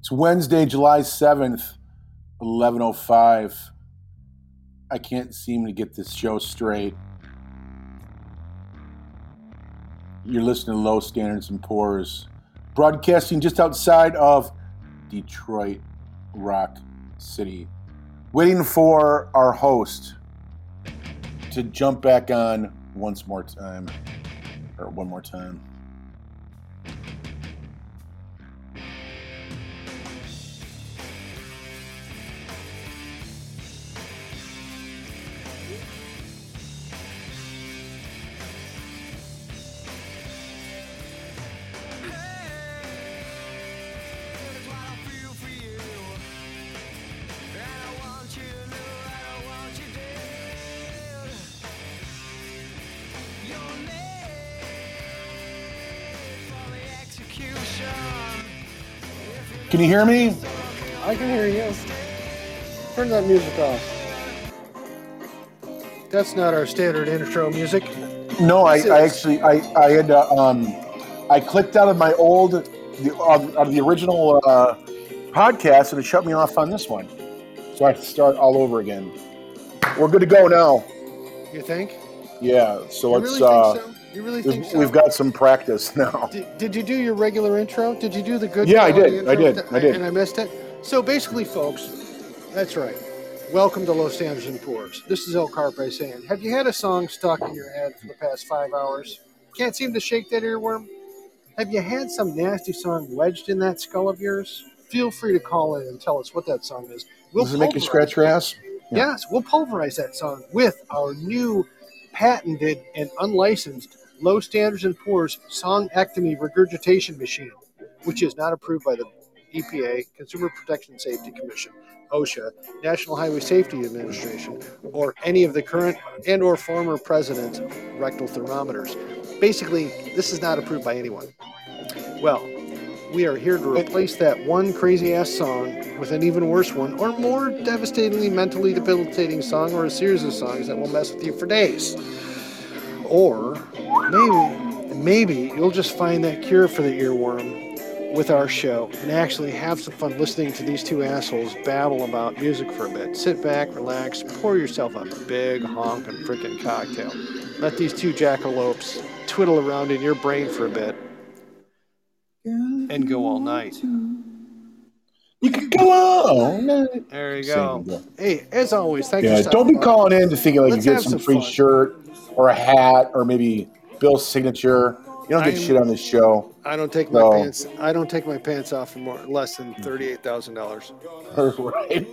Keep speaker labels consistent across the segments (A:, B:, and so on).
A: It's Wednesday, July 7th, 11.05. I can't seem to get this show straight. You're listening to Low Standards and Pours, broadcasting just outside of Detroit, Rock City. Waiting for our host to jump back on once more time, or one more time. Can you hear me?
B: I can hear you. Turn that music off. That's not our standard intro music.
A: No, I,
B: This
A: I
B: is-
A: actually I, I had to, um I clicked out of my old the, of, of the original uh, podcast and it shut me off on this one, so I have to start all over again. We're good to go now.
B: You think?
A: Yeah, so
B: you
A: it's
B: really
A: uh,
B: think so? You really
A: we've,
B: think so?
A: we've got some practice now.
B: Did, did you do your regular intro? Did you do the good?
A: Yeah, I
B: quality
A: did. I
B: intro?
A: did. I did.
B: And I missed it. So basically, folks, that's right. Welcome to Low Standards and Pours. This is El Carpe saying, Have you had a song stuck in your head for the past five hours? Can't seem to shake that earworm? Have you had some nasty song wedged in that skull of yours? Feel free to call in and tell us what that song is.
A: Does it make you
B: pulverize-
A: scratch your ass? Yeah.
B: Yes, we'll pulverize that song with our new patented and unlicensed low standards and poors song ectomy regurgitation machine, which is not approved by the EPA, Consumer Protection Safety Commission, OSHA, National Highway Safety Administration, or any of the current and or former president's rectal thermometers. Basically, this is not approved by anyone. Well, we are here to replace that one crazy ass song with an even worse one, or more devastatingly mentally debilitating song, or a series of songs that will mess with you for days. Or maybe, maybe you'll just find that cure for the earworm with our show and actually have some fun listening to these two assholes babble about music for a bit. Sit back, relax, pour yourself a big honk and freaking cocktail. Let these two jackalopes twiddle around in your brain for a bit and go all night.
A: You can go on.
B: There you
A: Same
B: go.
A: deal.
B: Hey, as always, thanks for
A: Yeah,
B: stopping
A: don't be
B: by.
A: calling in to think like
B: Let's
A: you
B: have
A: get some
B: some
A: free
B: fun.
A: shirt or a hat or maybe Bill's signature. You don't get
B: I'm-
A: shit on this show.
B: I don't take my
A: No. Mm-hmm.
B: pants. I don't take my pants off for more less than thirty-eight thousand dollars
A: right?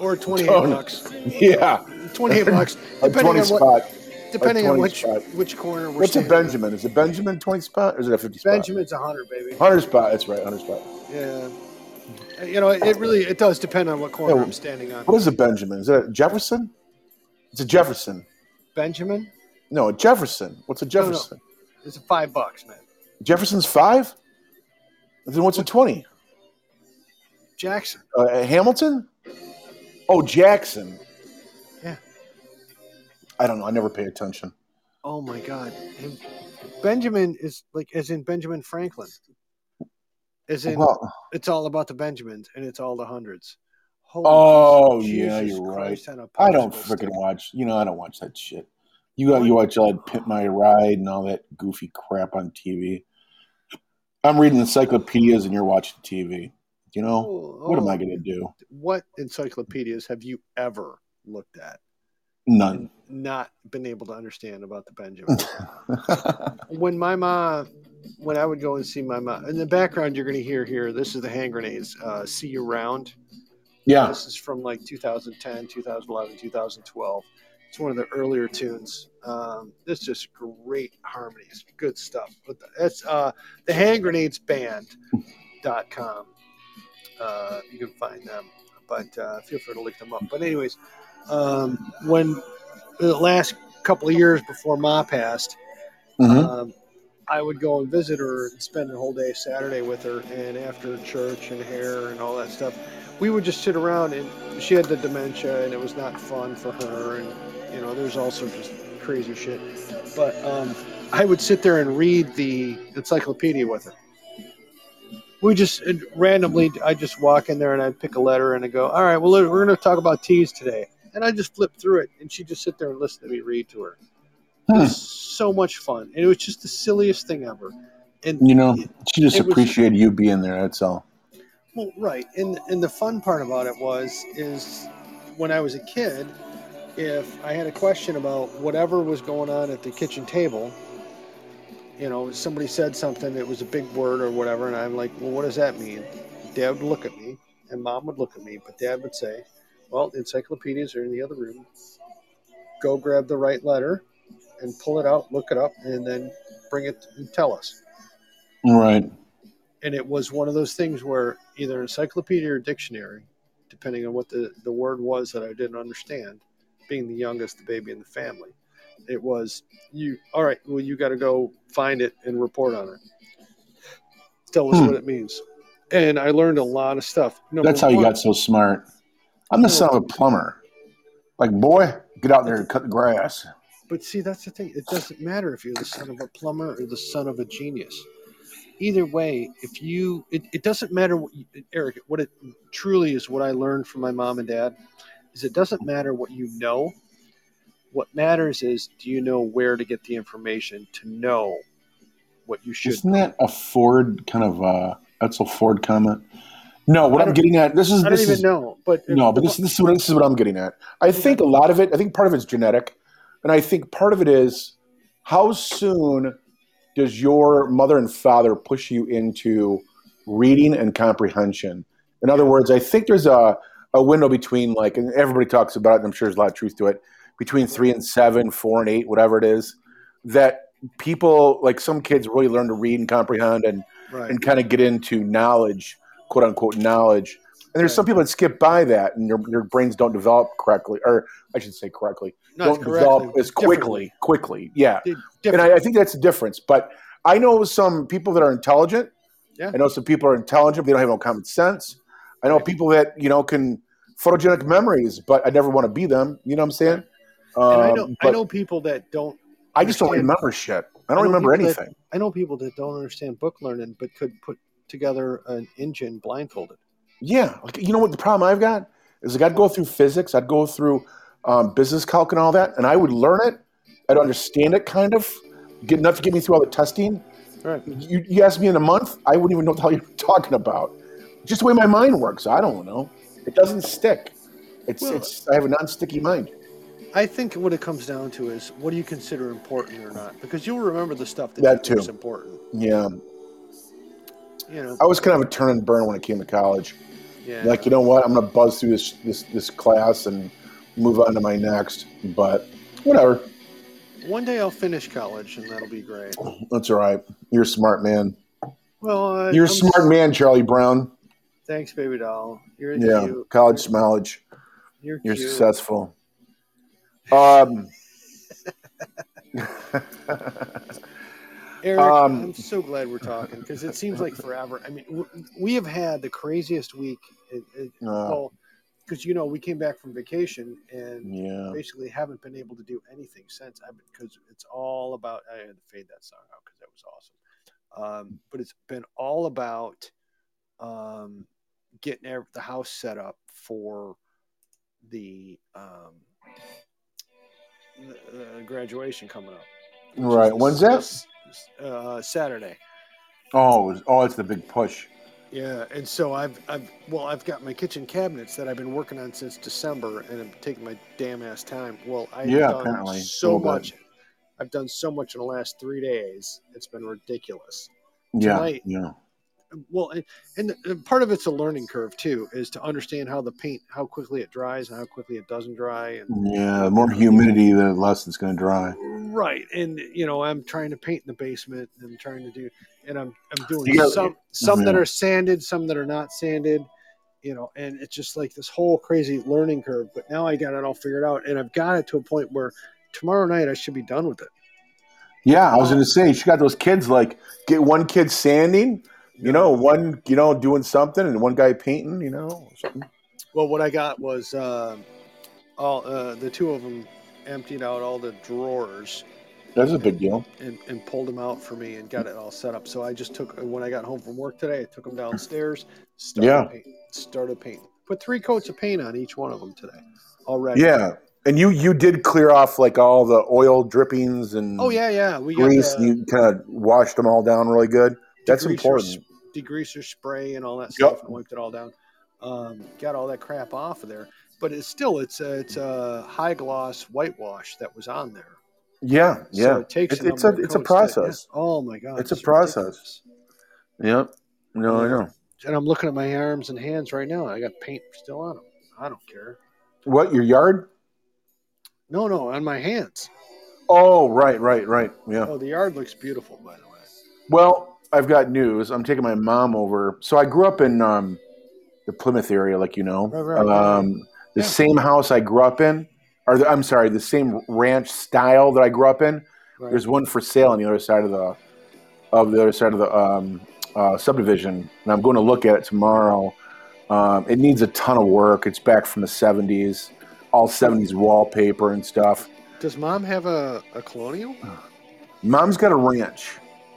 B: or twenty-eight
A: Don't.
B: bucks.
A: Yeah.
B: Twenty-eight bucks,
A: A
B: depending
A: 20
B: on
A: spot.
B: what, depending on
A: 20
B: which
A: spot.
B: which corner we're
A: What's a
B: standing.
A: Benjamin? Is a Benjamin 20 spot or is it a 50 spot?
B: Benjamin's a hundred, baby.
A: 100 spot. That's right. 100 spot.
B: Yeah, you know, it really it does depend on what corner
A: Yeah,
B: I'm standing on.
A: What is a Benjamin? Is that a Jefferson? It's a Jefferson.
B: Benjamin
A: No, a Jefferson. What's a
B: no.
A: Jefferson?
B: is five bucks, man.
A: Jefferson's five? Then what's a 20?
B: Jackson,
A: Uh, Hamilton? Oh, Jackson.
B: Yeah.
A: I don't know. I never pay attention.
B: oh my god, and Benjamin is like as in Benjamin Franklin, as in
A: Well,
B: it's all about the Benjamins and it's all the hundreds. Holy
A: Oh,
B: Jesus-
A: yeah,
B: Jesus
A: you're
B: Christ on a
A: I don't
B: popsicle
A: freaking
B: stick.
A: watch. You know, I don't watch that shit. You got you watch all that Pit My Ride and all that goofy crap on TV. I'm reading encyclopedias and you're watching TV. You know,
B: Oh,
A: what am I
B: oh,
A: going to do?
B: What encyclopedias have you ever looked at
A: None.
B: and not been able to understand about the Benjamin? when my ma, when I would go and see my ma, in the background you're going to hear here. This is the hand grenades. Uh, see you round.
A: yeah,
B: This is from like 2010, 2011, 2012. It's one of the earlier tunes. Um, it's just great harmonies, good stuff. But the, it's uh, the Hand Grenades Band.com. Uh, you can find them, but uh, feel free to look them up. But anyways, um, when the last couple of years before Ma passed,
A: Mhm.
B: um, I would go and visit her and spend a whole day Saturday with her. And after church and hair and all that stuff, we would just sit around. And she had the dementia, and it was not fun for her. And you know, there's all sorts of crazy shit. But um, I would sit there and read the encyclopedia with her. we just and randomly, I just walk in there and I pick a letter and I go, all right, well, we're going to talk about teas today. And I just flip through it and she just sit there and listen to me read to her. It was so much fun. And it was just the silliest thing ever. And
A: You know, she just
B: It was-
A: appreciated you being there. That's all.
B: Well, right, and and the fun part about it was is when I was a kid, if I had a question about whatever was going on at the kitchen table, you know, somebody said something that was a big word or whatever, and I'm like, well, what does that mean? Dad would look at me, and Mom would look at me, but Dad would say, well, the encyclopedias are in the other room. Go grab the right letter, and pull it out, look it up, and then bring it and tell us
A: Right.
B: and it was one of those things where either encyclopedia or dictionary, depending on what the, the word was that I didn't understand, being the youngest, the baby in the family, it was you. All right, well, you got to go find it and report on it. Tell us
A: Hmm.
B: what it means. And I learned a lot of stuff. Number
A: That's how you
B: one-
A: got so smart. I'm the son of a plumber. Like, boy, get out there and cut the grass.
B: But see, that's the thing. It doesn't matter if you're the son of a plumber or the son of a genius. Either way, if you, it, it doesn't matter what you, Eric, what it truly is, what I learned from my mom and dad is it doesn't matter what you know. What matters is do you know where to get the information to know what you should
A: Isn't that a Ford kind of uh that's a Ford comment? No, what
B: I
A: I'm
B: don't-
A: getting at this is
B: I don't
A: this
B: even
A: is
B: know, but
A: no, but this, this is what this is what I'm getting at. I think a lot of it. I think part of it's genetic, and I think part of it is how soon does your mother and father push you into reading and comprehension? In other words, I think there's a a window between like, and everybody talks about it, and I'm sure there's a lot of truth to it. Between three and seven, four and eight, whatever it is, that people like some kids really learn to read and comprehend and
B: right,
A: and kind of get into knowledge, quote unquote knowledge. And there's
B: Right.
A: some people that skip by that, and their, their brains don't develop correctly, or I should say correctly,
B: not
A: don't
B: correctly,
A: develop as
B: differently.
A: quickly. Quickly, yeah.
B: Di-
A: And
B: different.
A: I, I think that's the difference. But I know some people that are intelligent.
B: Yeah.
A: I know some people are intelligent, but they don't have no common sense. I know
B: Right.
A: people that you know can photogenic memories, but I never want to be them. You know what I'm saying?
B: and I
A: Um,
B: know, I
A: but
B: know people that don't
A: I just don't
B: understand-
A: remember shit. I
B: I know
A: don't remember
B: people that-
A: anything.
B: I know people that don't understand book learning, but could put together an engine blindfolded.
A: Yeah, like you know what the problem I've got is like I'd go through physics, I'd go through um, business calc and all that, and I would learn it, I'd understand it kind of, get enough to get me through all the testing.
B: Right.
A: You, you ask me in a month, I wouldn't even know what the hell you're talking about. Just the way my mind works, I don't know. It doesn't stick. It's
B: Well-
A: it's I have a non-sticky mind.
B: I think what it comes down to is what do you consider important or not? Because you'll remember the stuff that,
A: That
B: you think
A: too.
B: is important.
A: Yeah,
B: You know.
A: I was kind of a turn and burn when I came to college.
B: Yeah.
A: Like you know what, I'm gonna buzz through this this this class and move on to my next. But whatever.
B: One day I'll finish college and that'll be great.
A: That's all right. You're a smart man.
B: Well, I,
A: You're a
B: I'm-
A: smart man, Charlie Brown.
B: Thanks, baby doll. You're
A: Yeah,
B: cute.
A: college smallage.
B: You're,
A: You're
B: cute.
A: successful. Um,
B: Eric,
A: Um,
B: I'm so glad we're talking because it seems like forever. I mean, w- we have had the craziest week. It, it,
A: uh,
B: well, because you know we came back from vacation and
A: yeah,
B: basically haven't been able to do anything since I because it's all about I had to fade that song out because that was awesome. Um, but it's been all about um, getting ev- the house set up for the um, the, uh, graduation coming up. which is
A: right.
B: this-
A: When's that?
B: this- this, Uh, Saturday.
A: Oh, it's- oh, it's the big push.
B: Yeah, and so I've, I've, well, I've got my kitchen cabinets that I've been working on since December, and I'm taking my damn ass time. Well, I've
A: Yeah,
B: done
A: apparently, a
B: so
A: little bit.
B: much. I've done so much in the last three days. It's been ridiculous.
A: Yeah,
B: Tonight.
A: yeah,
B: Well, and, and the- part of it's a learning curve too, is to understand how the paint, how quickly it dries, and how quickly it doesn't dry, and
A: yeah. The more humidity, the less it's going to dry.
B: Right, and you know I'm trying to paint in the basement, and I'm trying to do, and I'm I'm doing
A: You got-
B: some some that
A: Yeah.
B: are sanded, some that are not sanded, you know, and it's just like this whole crazy learning curve. But now I got it all figured out, and I've got it to a point where tomorrow night I should be done with it.
A: Yeah, I was going to say she got those kids like get one kid sanding, you know, one you know doing something, and one guy painting, you know. Something.
B: Well, what I got was um all uh, the two of them emptied out all the drawers
A: That's a big deal.
B: and, and pulled them out for me and got it all set up. So I just took when I got home from work today, I took them downstairs. Started
A: Yeah.
B: Paint, started painting. Put three coats of paint on each one of them today already.
A: Yeah, and you you did clear off like all the oil drippings and
B: Oh yeah, yeah. We got
A: grease.
B: the
A: and you kind of washed them all down really good. That's
B: degreaser
A: important.
B: s- Degreaser spray and all that
A: Yep.
B: stuff, and wiped it all down. Um, got all that crap off of there, but it's still it's a it's a high gloss whitewash that was on there.
A: Yeah, yeah.
B: so it takes
A: It's- it's
B: number
A: a-
B: of
A: it's a
B: coats to- yeah.
A: process.
B: oh my god,
A: It's a process.
B: ridiculous.
A: Yep. No, I know.
B: And I'm looking at my arms and hands right now. and I got paint still on them. I don't care.
A: What your yard?
B: No, no, on my hands.
A: Oh, right, right, right. Yeah.
B: Oh, the yard looks beautiful, by the way.
A: Well, I've got news. I'm taking my mom over. So I grew up in um, the Plymouth area, like you know.
B: Right, right, right.
A: um, The
B: Yeah.
A: same house I grew up in, or the, I'm sorry, the same ranch style that I grew up in.
B: Right.
A: There's one for sale on the other side of the of the other side of the um, uh, subdivision, and I'm going to look at it tomorrow. Um, it needs a ton of work. It's back from the '70s, all '70s wallpaper and stuff.
B: Does mom have a, a colonial?
A: Mom's got a ranch,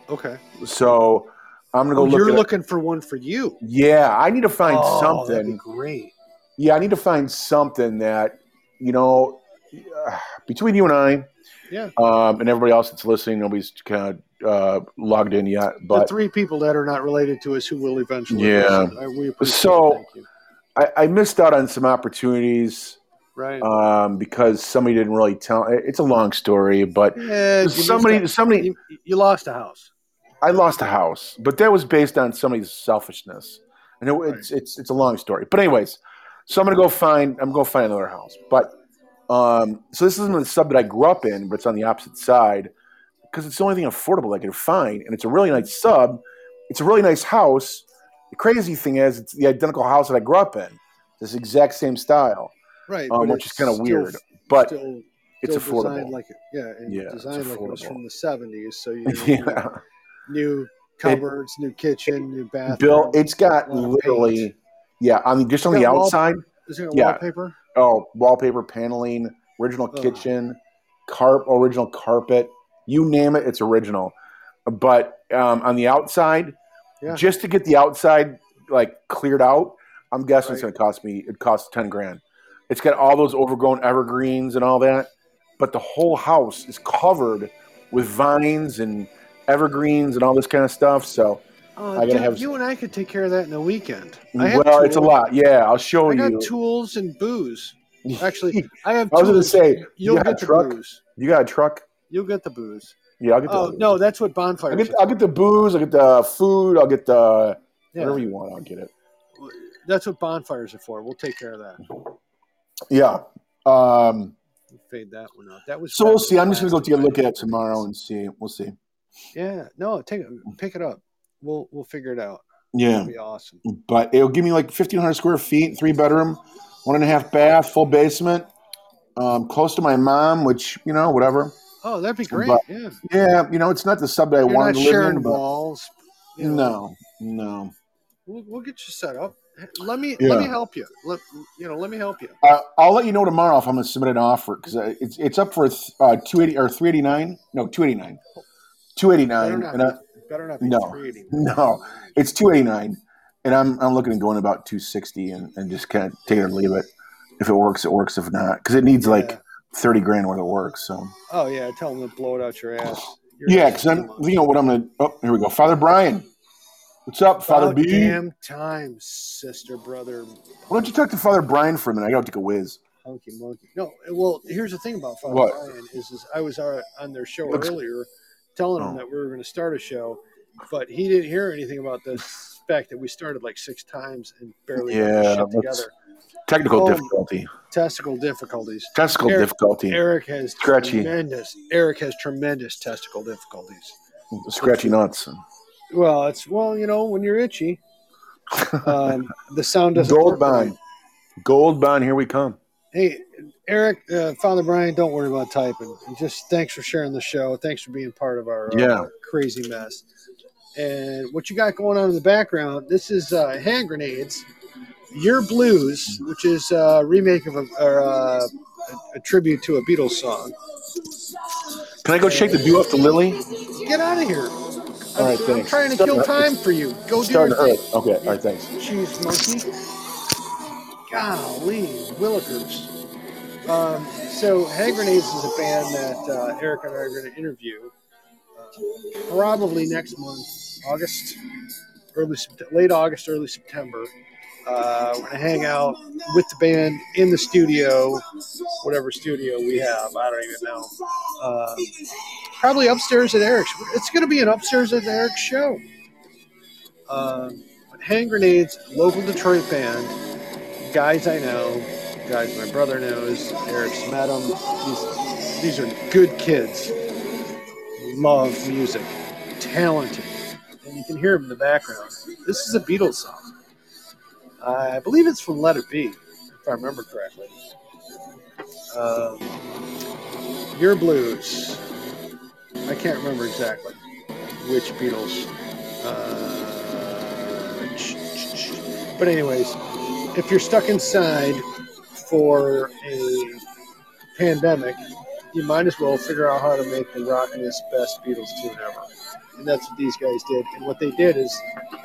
B: Okay.
A: so I'm gonna go
B: Oh,
A: look.
B: you're
A: at it.
B: looking for one for you.
A: Yeah, I need to find
B: Oh, that'd be
A: something.
B: great.
A: Yeah, I need to find something that you know uh, between you and I,
B: Yeah.
A: um, and everybody else that's listening. Nobody's kind of uh, logged in yet,
B: the
A: but
B: three people that are not related to us who will eventually.
A: Yeah.
B: listen, I, we appreciate
A: So-
B: it. Thank you.
A: I, I missed out on some opportunities
B: Right.
A: um, because somebody didn't really tell. it- It's a long story, but
B: yeah, you
A: somebody,
B: missed out.
A: somebody,
B: You, you lost a house.
A: I lost a house, but that was based on somebody's selfishness. And it, it's it's it's a long story, but anyways, so I'm gonna go find I'm gonna find another house. But um, so this isn't the sub that I grew up in, but it's on the opposite side because it's the only thing affordable I could find, and it's a really nice sub. It's a really nice house. The crazy thing is, it's the identical house that I grew up in. This exact same style,
B: Right.
A: um,
B: but
A: which is
B: it's
A: kind of
B: still-
A: weird, but
B: still,
A: it's
B: still
A: affordable.
B: Designed like it, yeah, and
A: Yeah, it's
B: designed like it was
A: affordable.
B: from the 70s. So you
A: yeah,
B: new cupboards, new kitchen, new bathroom.
A: Bill, it's got
B: a lot of
A: literally,
B: paint.
A: yeah, on the, just on
B: It's
A: the
B: got wall-
A: outside.
B: Is there
A: yeah.
B: wallpaper?
A: Oh, wallpaper, paneling, original
B: Ugh.
A: kitchen, carp, original carpet. You name it, it's original. But um, on the outside,
B: Yeah.
A: just to get the outside like cleared out, I'm guessing it's going
B: Right.
A: to cost me. It costs ten grand. It's got all those overgrown evergreens and all that, but the whole house is covered with vines and evergreens and all this kind of stuff. So,
B: Uh,
A: I gotta
B: dude,
A: have-
B: you and I could take care of that in a weekend. I have
A: well, it's a
B: tools.
A: lot. Yeah, I'll show
B: I got
A: you.
B: tools and booze. Actually, I have.
A: I was going to
B: tools.
A: say,
B: you'll
A: you got a
B: get the
A: truck?
B: booze.
A: you got a truck?
B: You'll get the booze.
A: Yeah, I'll get the
B: Oh no, that's what bonfire.
A: I'll get, I'll get the booze. I'll get the food. I'll get the whatever
B: yeah,
A: you want. I'll get it.
B: that's what bonfires are for. We'll take care of that.
A: Yeah. Um,
B: Fade that one out. That was
A: so we'll see. I'm just gonna go
B: last
A: take a look
B: night.
A: at it tomorrow and see. We'll see.
B: Yeah, no, take it, pick it up. We'll we'll figure it out.
A: Yeah,
B: It'll be awesome.
A: but it'll give me like 1,500 square feet, three bedroom, one and a half bath, full basement, um, close to my mom, which you know, whatever.
B: Oh, that'd be great.
A: But-
B: yeah,
A: Yeah, you know, it's not the sub that I
B: you're
A: wanted
B: not
A: to live
B: sharing
A: in, but
B: walls. you know.
A: no, no.
B: We'll, we'll get you set up. Let me
A: Yeah.
B: let me help you. Let you know. Let me help you.
A: Uh, I'll let you know tomorrow if I'm gonna submit an offer because it's it's up for uh, 280 or 389. No, 289.
B: Better
A: 289,
B: not.
A: and I,
B: be- better not be
A: no,
B: creating.
A: no. It's two eighty nine, and I'm I'm looking at going about two sixty and, and just kind of take it or leave it. If it works, it works. If not, because it needs like
B: Yeah.
A: thirty grand worth of work. So
B: Oh yeah, tell them to blow it out your ass. Your
A: yeah,
B: ass
A: because I'm
B: is
A: you know what I'm gonna. Oh, here we go, Father Brian. What's up, Father
B: About
A: B?
B: damn time, sister, brother,
A: Why don't you talk to Father Brian for a minute? I gotta take a whiz.
B: hunky monkey. No, well, here's the thing about Father
A: What?
B: Brian is, is I was uh, on their show
A: Looks-
B: earlier, telling him
A: Oh.
B: that we were going to start a show, but he didn't hear anything about the fact that we started like six times and barely got
A: Yeah,
B: this shit
A: that's-
B: together.
A: Technical
B: Oh.
A: difficulty.
B: Testicle difficulties.
A: Technical
B: Eric-
A: difficulty.
B: Eric has
A: Scratchy.
B: tremendous. Eric has tremendous testicle difficulties.
A: Scratchy nuts.
B: Well, it's well, you know, when you're itchy, um, the sound doesn't.
A: Gold
B: work right.
A: bond. Gold bond. Here we come.
B: Hey, Eric, uh, Father Brian, don't worry about typing. Just thanks for sharing the show. Thanks for being part of our uh,
A: Yeah.
B: crazy mess. And what you got going on in the background? This is uh, hand grenades. Your Blues, which is a remake of a, or, uh, a, a tribute to a Beatles song.
A: Can I go shake the dew off the lily?
B: Get out of here.
A: All right,
B: I'm
A: thanks.
B: trying to
A: Starting
B: kill
A: to hurt.
B: time for you. Go do
A: Starting
B: your
A: to
B: thing.
A: hurt. Okay, all right, thanks.
B: Jeez, monkey. Golly, Willikers. Um, so, Hand Grenades is a band that uh, Eric and I are going to interview uh, probably next month, August, early Sept- late August, early September. Uh, we're going to hang out with the band in the studio, whatever studio we have. I don't even know. Uh, probably upstairs at Eric's. It's going to be an upstairs at Eric's show. Um, but Hand Grenades, local Detroit band, guys I know, guys my brother knows, Eric's met them. These, these are good kids. Love music, talented, and you can hear them in the background. This is a Beatles song. I believe it's from Let It Be, if I remember correctly. Um, Your Blues. I can't remember exactly which Beatles uh, ch- ch- ch- but anyways, if you're stuck inside for a pandemic, you might as well figure out how to make the rockinest best Beatles tune ever. And that's what these guys did. And what they did is,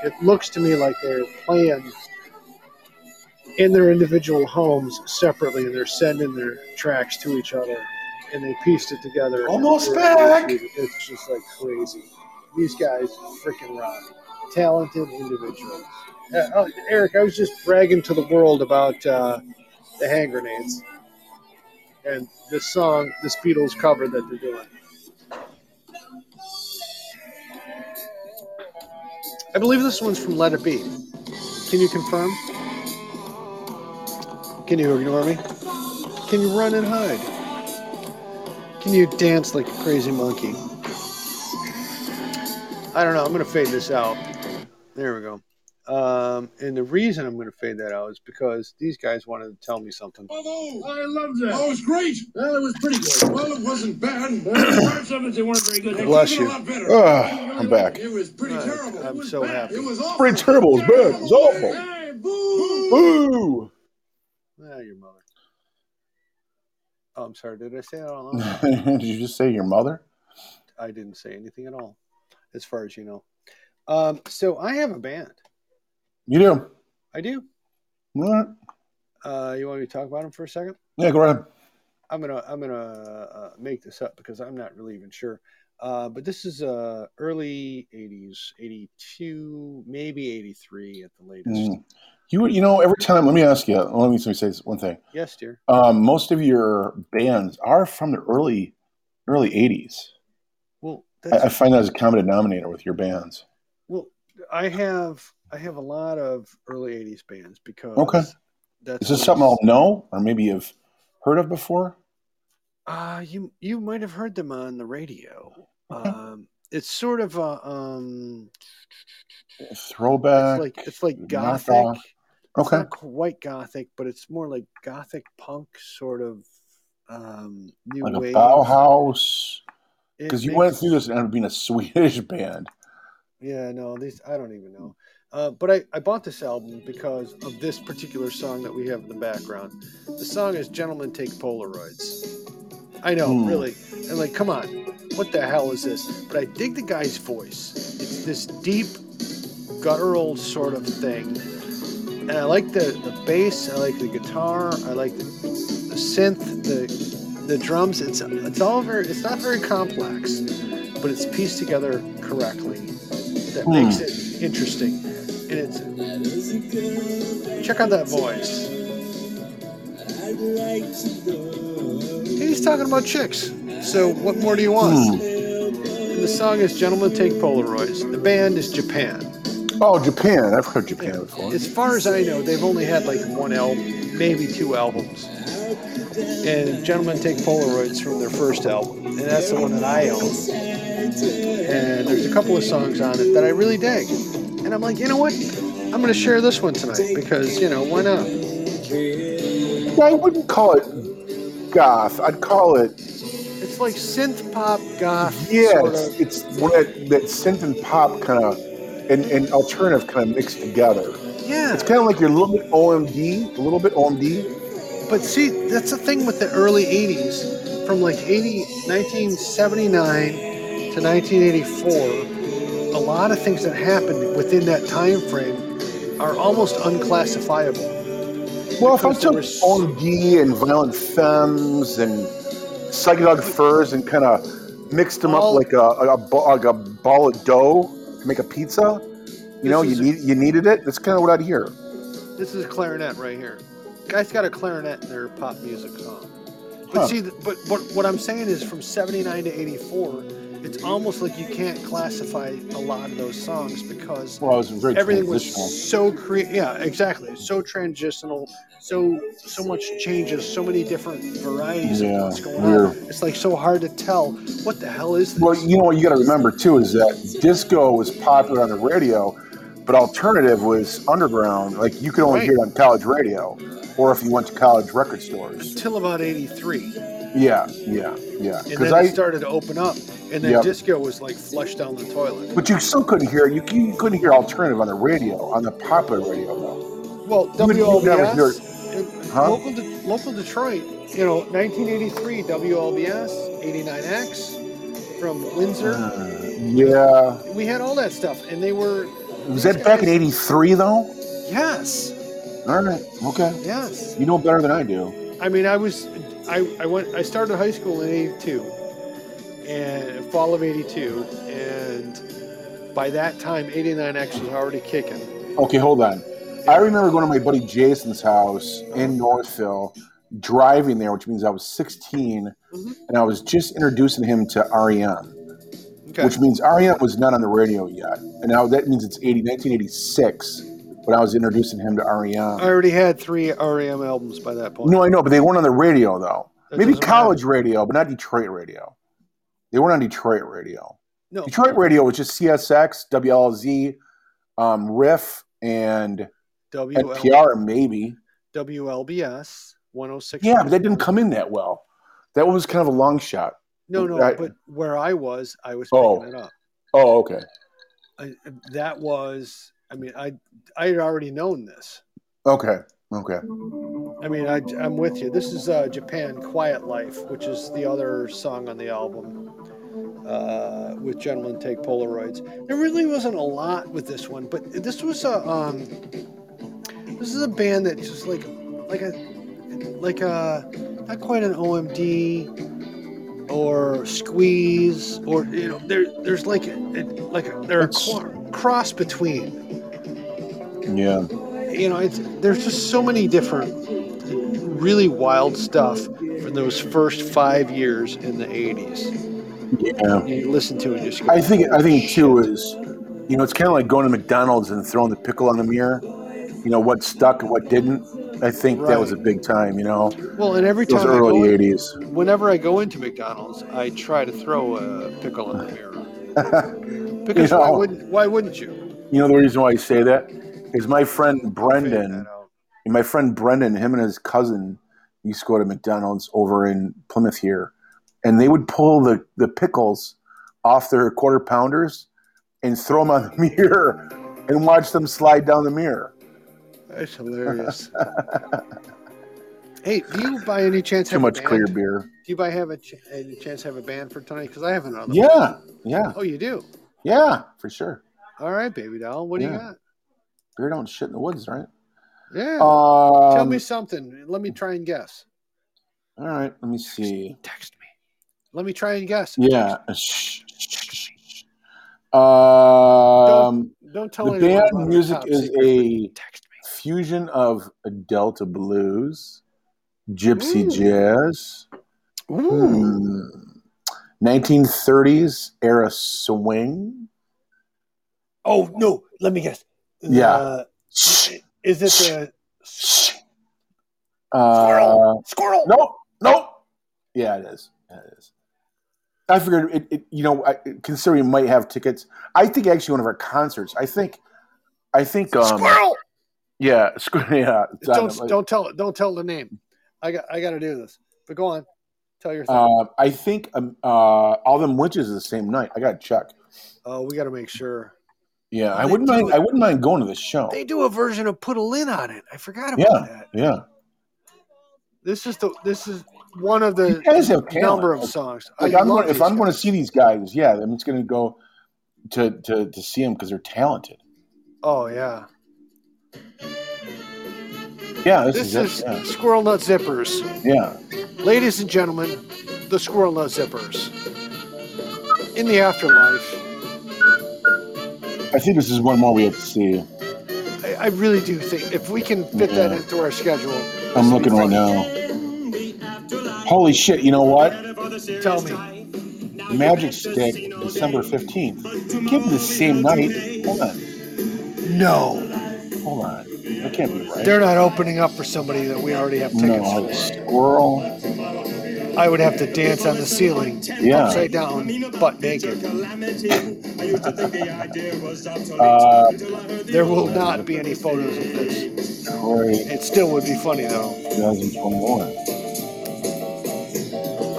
B: it looks to me like they're playing in their individual homes separately, and they're sending their tracks to each other, and they pieced it together.
A: Almost
B: It's-
A: back!
B: It's just like crazy. These guys freaking rock talented individuals. Uh, oh, Eric, I was just bragging to the world about uh, the hand grenades and this song, this Beatles cover that they're doing. I believe this one's from Let It Be. Can you confirm? Can you ignore me? Can you run and hide? Can you dance like a crazy monkey? I don't know. I'm going to fade this out. There we go. Um, and the reason I'm going to fade that out is because these guys wanted to tell me something.
C: Although I loved that. Oh, it was great. Well, it was pretty good. Well, it wasn't bad. Parts of it they weren't very good. Heck,
B: Bless
C: even
B: you.
C: A lot better.
A: Ah, I'm back.
C: It was pretty
B: Right.
C: terrible. It
B: I'm
C: was
B: so
C: bad.
B: happy.
C: It was awful.
A: Pretty terrible. It was bad. It was awful.
C: Hey, boo.
A: Ooh.
B: Ah, your mother. Oh, I'm sorry. Did I say that out loud?
A: Did you just say your mother?
B: I didn't say anything at all, as far as you know. Um, so I have a band.
A: You do.
B: I do.
A: All right.
B: Uh, you want me to talk about them for a second?
A: Yeah, go ahead.
B: I'm gonna I'm gonna uh, make this up because I'm not really even sure. Uh, but this is uh, early '80s, '82, maybe '83 at the latest.
A: Mm. You you know every time. Let me ask you. Let me, let me say this one thing.
B: Yes, dear.
A: Um, most of your bands are from the early early '80s.
B: Well,
A: I,
B: that's,
A: I find that as a common denominator with your bands.
B: well, I have I have a lot of early '80s bands because
A: Okay.
B: That's
A: Is this something I'll know or maybe you've heard of before?
B: Uh, you you might have heard them on the radio. Um, it's sort of a um,
A: Throwback.
B: it's like it's like
A: knockoff.
B: gothic. It's
A: Uh, okay.
B: not quite gothic, but it's more like gothic punk sort of um, new
A: Like
B: wave.
A: a Bauhaus.
B: It
A: Because you
B: makes-
A: went through this and ended up being a Swedish band.
B: Yeah, no, these I don't even know. Uh, but I, I bought this album because of this particular song that we have in the background. The song is Gentlemen Take Polaroids. I know,
A: Hmm.
B: really. And like, come on, what the hell is this? But I dig the guy's voice. It's this deep, guttural sort of thing. And I like the, the bass, I like the guitar, I like the, the synth, the the drums. It's it's all very it's not very complex, but it's pieced together correctly that
A: Hmm.
B: makes it interesting. And it's check out that voice. He's talking about chicks. So what more do you want?
A: Hmm.
B: And the song is "Gentlemen Take Polaroids." The band is Japan.
A: Oh, Japan. I've heard Japan before.
B: As far as I know, they've only had like one album, maybe two albums. And "Gentlemen Take Polaroids" from their first album, and that's the one that I own. and there's a couple of songs on it that I really dig. And I'm like, you know what? I'm gonna share this one tonight because you know why not?
A: I wouldn't call it goth. I'd call it,
B: It's like synth pop goth.
A: yeah,
B: sort of.
A: it's, it's one that, that synth and pop kind of, and, and alternative kind of mixed together.
B: yeah.
A: It's kind of like you're a little bit OMD, a little bit OMD.
B: But see, that's the thing with the early '80s from like 80, 1979 to 1984, a lot of things that happened within that time frame are almost unclassifiable.
A: Well, if I
B: Because there
A: took
B: was-
A: OMG and Violent Femmes and Psychedelic Furs and kind of mixed them up
B: All-
A: like a, a, a, ba- like a ball of dough to make a pizza, you know,
B: This
A: you,
B: is
A: need, you needed it. That's kind of what I'd hear.
B: This is a clarinet right here. Guy's got a clarinet in their pop music song. But
A: Huh.
B: see, th- but, but what I'm saying is from 79 to 84, it's almost like you can't classify a lot of those songs because
A: Well, it was very
B: everything
A: transitional.
B: was so cre- yeah exactly so transitional so so much changes so many different varieties
A: Yeah,
B: of what's going
A: we're-
B: on it's like so hard to tell what the hell is this
A: Well, you know what you got to remember too is that disco was popular on the radio, but alternative was underground. Like you could only
B: Right.
A: hear it on college radio, or if you went to college record stores.
B: until about 83
A: Yeah, yeah, yeah.
B: and
A: Because
B: then
A: I,
B: it started to open up and then
A: Yep.
B: disco was like flushed down the toilet
A: but you still couldn't hear you, you couldn't hear alternative on the radio on the popular radio though.
B: well
A: You would- you would never
B: WLBS in-
A: Huh?
B: local, De- local Detroit you know 1983 WLBS 89X from Windsor
A: Uh-huh. yeah,
B: we had all that stuff and they were
A: was that back in '83 though?
B: yes
A: All right, okay.
B: yes
A: You know better than I do.
B: I mean, I was, I, I went, I started high school in '82, and fall of '82, and by that time, '89X was already kicking.
A: Okay, hold on. I remember going to my buddy Jason's house in Northville, driving there, which means I was 16,
B: Mhm.
A: and I was just introducing him to REM,
B: Okay.
A: which means REM was not on the radio yet. And now that means it's 80, 1986 when I was introducing him to REM.
B: I already had three REM albums by that point.
A: No, I know, but they weren't on the radio though.
B: That
A: Maybe
B: doesn't
A: college radio, but not Detroit radio. They weren't on Detroit radio.
B: No.
A: Detroit radio was just CSX, WLZ, um, Riff, and
B: matter. WL,
A: NPR, maybe.
B: WLBS 106.
A: Yeah, but that didn't come in that well. That was kind of a long shot.
B: No, no,
A: I-
B: but where I was, I was picking
A: Oh.
B: it up.
A: Oh, okay.
B: I, that was, I mean, I, I had already known this.
A: Okay. Okay.
B: I mean, I, am with you. This is uh, Japan Quiet Life, which is the other song on the album uh, with Gentlemen Take Polaroids. There really wasn't a lot with this one, but this was a um, this is a band that just like like a like a not quite an OMD or Squeeze or you know there there's like a, like a, they're a
A: It's-
B: cro- cross between
A: Yeah.
B: you know, it's there's just so many different really wild stuff from those first five years in the 80s.
A: Yeah.
B: You listen to it and you just go,
A: I think I think too is you know, it's kinda like going to McDonald's and throwing the pickle on the mirror. You know, what stuck and what didn't. I think that was a big time, you know.
B: well, and every
A: Those
B: time I go,
A: early
B: in-
A: eighties.
B: whenever I go into McDonald's, I try to throw a pickle in the mirror because why
A: know.
B: wouldn't why wouldn't you?
A: You know the reason why I say that is my friend
B: Figure
A: Brendan.
B: that out.
A: My friend Brendan, him and his cousin used to go to McDonald's over in Plymouth here, and they would pull the, the pickles off their quarter pounders and throw them on the mirror and watch them slide down the mirror.
B: That's hilarious. hey, do you by any chance
A: Too
B: have a
A: much
B: band?
A: clear beer.
B: Do you by have a ch- any chance have a band for tonight? Because I have another. one.
A: Yeah, yeah,
B: Oh, you do.
A: yeah, for sure.
B: All right, baby doll. What do
A: Yeah.
B: you got?
A: Beer don't shit in the woods, right?
B: Yeah.
A: Um,
B: Tell me something. Let me try and guess.
A: All right, let me see.
B: Text me. Let me try and guess.
A: Yeah. Shh, shh, shh, shh. Um,
B: Don't tell
A: the
B: anyone.
A: band
B: about our
A: music
B: top
A: is
B: secret.
A: a
B: Text me.
A: fusion of Delta blues, gypsy
B: Ooh.
A: jazz,
B: Ooh.
A: hmm, 1930s era swing.
B: Oh no! Let me guess.
A: Yeah.
B: Uh, is it the
A: Uh,
B: squirrel?
A: nope, nope. Yeah, it is. Yeah, it is. I figured it, it you know, I, considering we might have tickets, I think actually one of our concerts. I think, I think, um,
B: squirrel.
A: yeah, squ- yeah. it's on
B: Don't
A: it, like-
B: don't tell it. Don't tell the name. I got I got to do this. But go on. Tell your thing.
A: Uh, I think um, uh, all them witches is the same night. I got to check.
B: oh, we got to make sure
A: Yeah, I
B: They
A: wouldn't
B: do
A: mind.
B: it.
A: I wouldn't mind going to the show.
B: they do a version of "Put a Lid on It." I forgot about that.
A: Yeah,
B: This is the this is one of the
A: You guys have talent.
B: number of uh, songs.
A: Like
B: I
A: I'm
B: love
A: going, if
B: these
A: I'm going to
B: guys.
A: see these guys, yeah, I'm just going to go to to to see them because they're talented.
B: oh yeah,
A: Yeah, this, is,
B: this is
A: it. Yeah.
B: Squirrel Nut Zippers,
A: yeah,
B: ladies and gentlemen, the Squirrel Nut Zippers. In the afterlife,
A: I think this is one more we have to see.
B: I, I really do think if we can fit that
A: Yeah.
B: into our schedule,
A: I'm looking right now. Holy shit! You know what?
B: Tell me,
A: Magic Stick, December 15th. Give the same night. Hold on,
B: no,
A: hold on. That can't be right.
B: they're not opening up for somebody that we already have tickets
A: No,
B: for.
A: squirrel.
B: I would have to dance on the ceiling,
A: Yeah.
B: upside down, butt naked.
A: Uh,
B: There will not be any photos of this.
A: Detroit,
B: It still would be funny though.
A: 2021.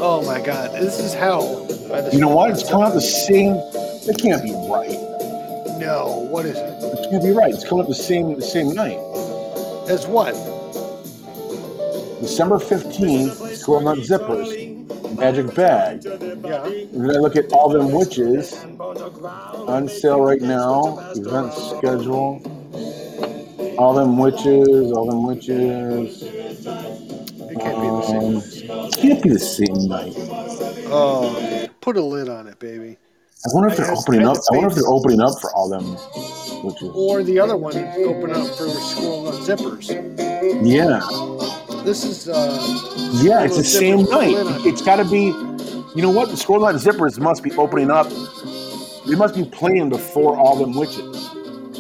B: Oh my god, this is hell. by the
A: You know what? It's
B: sound
A: coming out
B: of
A: the same. That can't be right.
B: it. No, what is it?
A: It can't be right. It's coming up the same the same night.
B: As what?
A: December 15th, Squirrel Nut Zippers, Magic Bag.
B: Yeah.
A: And then I look at All Them Witches on sale right now, event schedule. All Them Witches, All Them Witches.
B: It can't be the same.
A: Um, it can't be the same night. Um,
B: Oh, put a lid on it, baby.
A: I wonder if they're
B: Yes,
A: opening up.
B: that's
A: I wonder if
B: base.
A: they're opening up for All Them Witches.
B: Or the other one, open up for squirrel nut zippers.
A: Yeah.
B: This is uh,
A: Yeah, it's the same
B: Squirrel Nut
A: night.
B: Zippers.
A: It's got to be. You know what? The Squirrel Nut Zippers must be opening up. They must be playing before All Them Witches.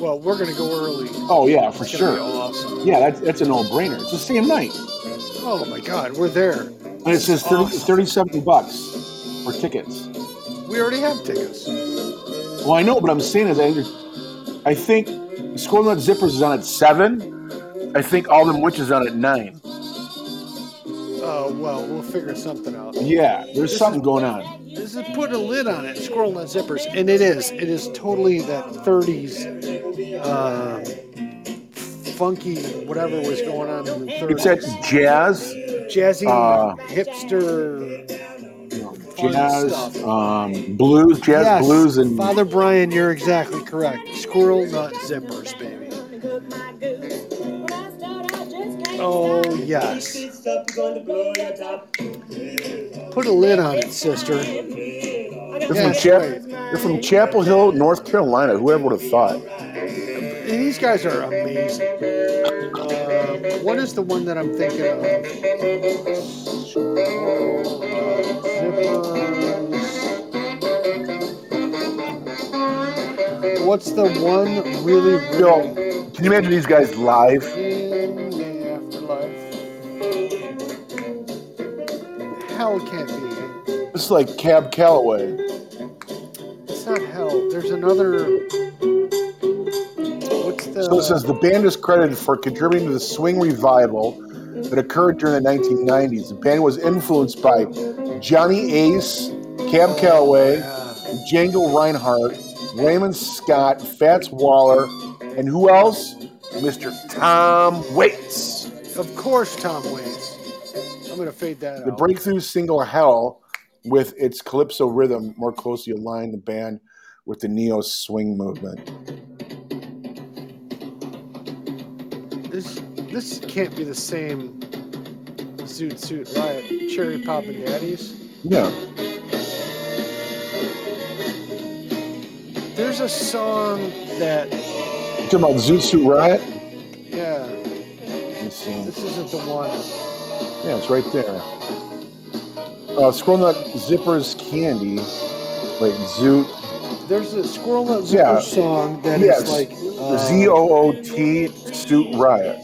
B: well, we're gonna go early.
A: Oh yeah, for
B: It's
A: sure.
B: gonna Be awesome.
A: Yeah, that's that's a no-brainer. It's the same night,
B: Oh my god, we're there.
A: and it says 30, 37 bucks for tickets.
B: We already have tickets. Uh,
A: Well, I know, but I'm saying is, I, I think Squirrel Nut Zippers is on at seven. I think All Them Witches on at nine.
B: Oh well, we'll figure something out.
A: Yeah, there's something going on.
B: This is put a lid on it, squirrel nut zippers, and it is. It is totally that 30s um, funky whatever was going on in the
A: It's at
B: 30s.
A: jazz,
B: Jazzy,
A: uh,
B: hipster, Fun
A: jazz,
B: stuff.
A: um, blues, jazz,
B: yes,
A: blues, and
B: Father Brian, you're exactly correct. Squirrel nut zippers, baby. Oh yes. Put a lid on it, sister.
A: They're
B: Yeah,
A: from,
B: that's
A: Chap-
B: right.
A: they're from Chapel Hill, North Carolina. Whoever would have thought?
B: These guys are amazing. Um, what is the one that I'm thinking of? Zippers. What's the one really,
A: Yo,
B: really
A: can you imagine these guys live?
B: in the afterlife? Hell can't be.
A: It's like Cab Calloway.
B: It's not hell. There's another. What's the?
A: So it says the band is credited for contributing to the swing revival that occurred during the 1990s. The band was influenced by Johnny Ace, Cab Calloway,
B: Yeah.
A: Django Reinhardt, Raymond Scott, Fats Waller, and who else? Mr. Tom Waits.
B: Of course, Tom Waits. I'm gonna fade that
A: The
B: out.
A: breakthrough single Hell, with its calypso rhythm, more closely aligned the band with the neo swing movement.
B: This this can't be the same Zoot Suit Riot Cherry Pop and Daddies.
A: Yeah.
B: There's a song that
A: You talking about Zoot Suit Riot?
B: yeah,
A: Let me see.
B: this isn't the one.
A: Yeah, it's right there. Uh, Squirrel Nut Zippers Candy, like Zoot,
B: There's a Squirrel Nut Zipper
A: Yeah.
B: song that is
A: Yes.
B: like uh,
A: Z O O T, Suit Riot,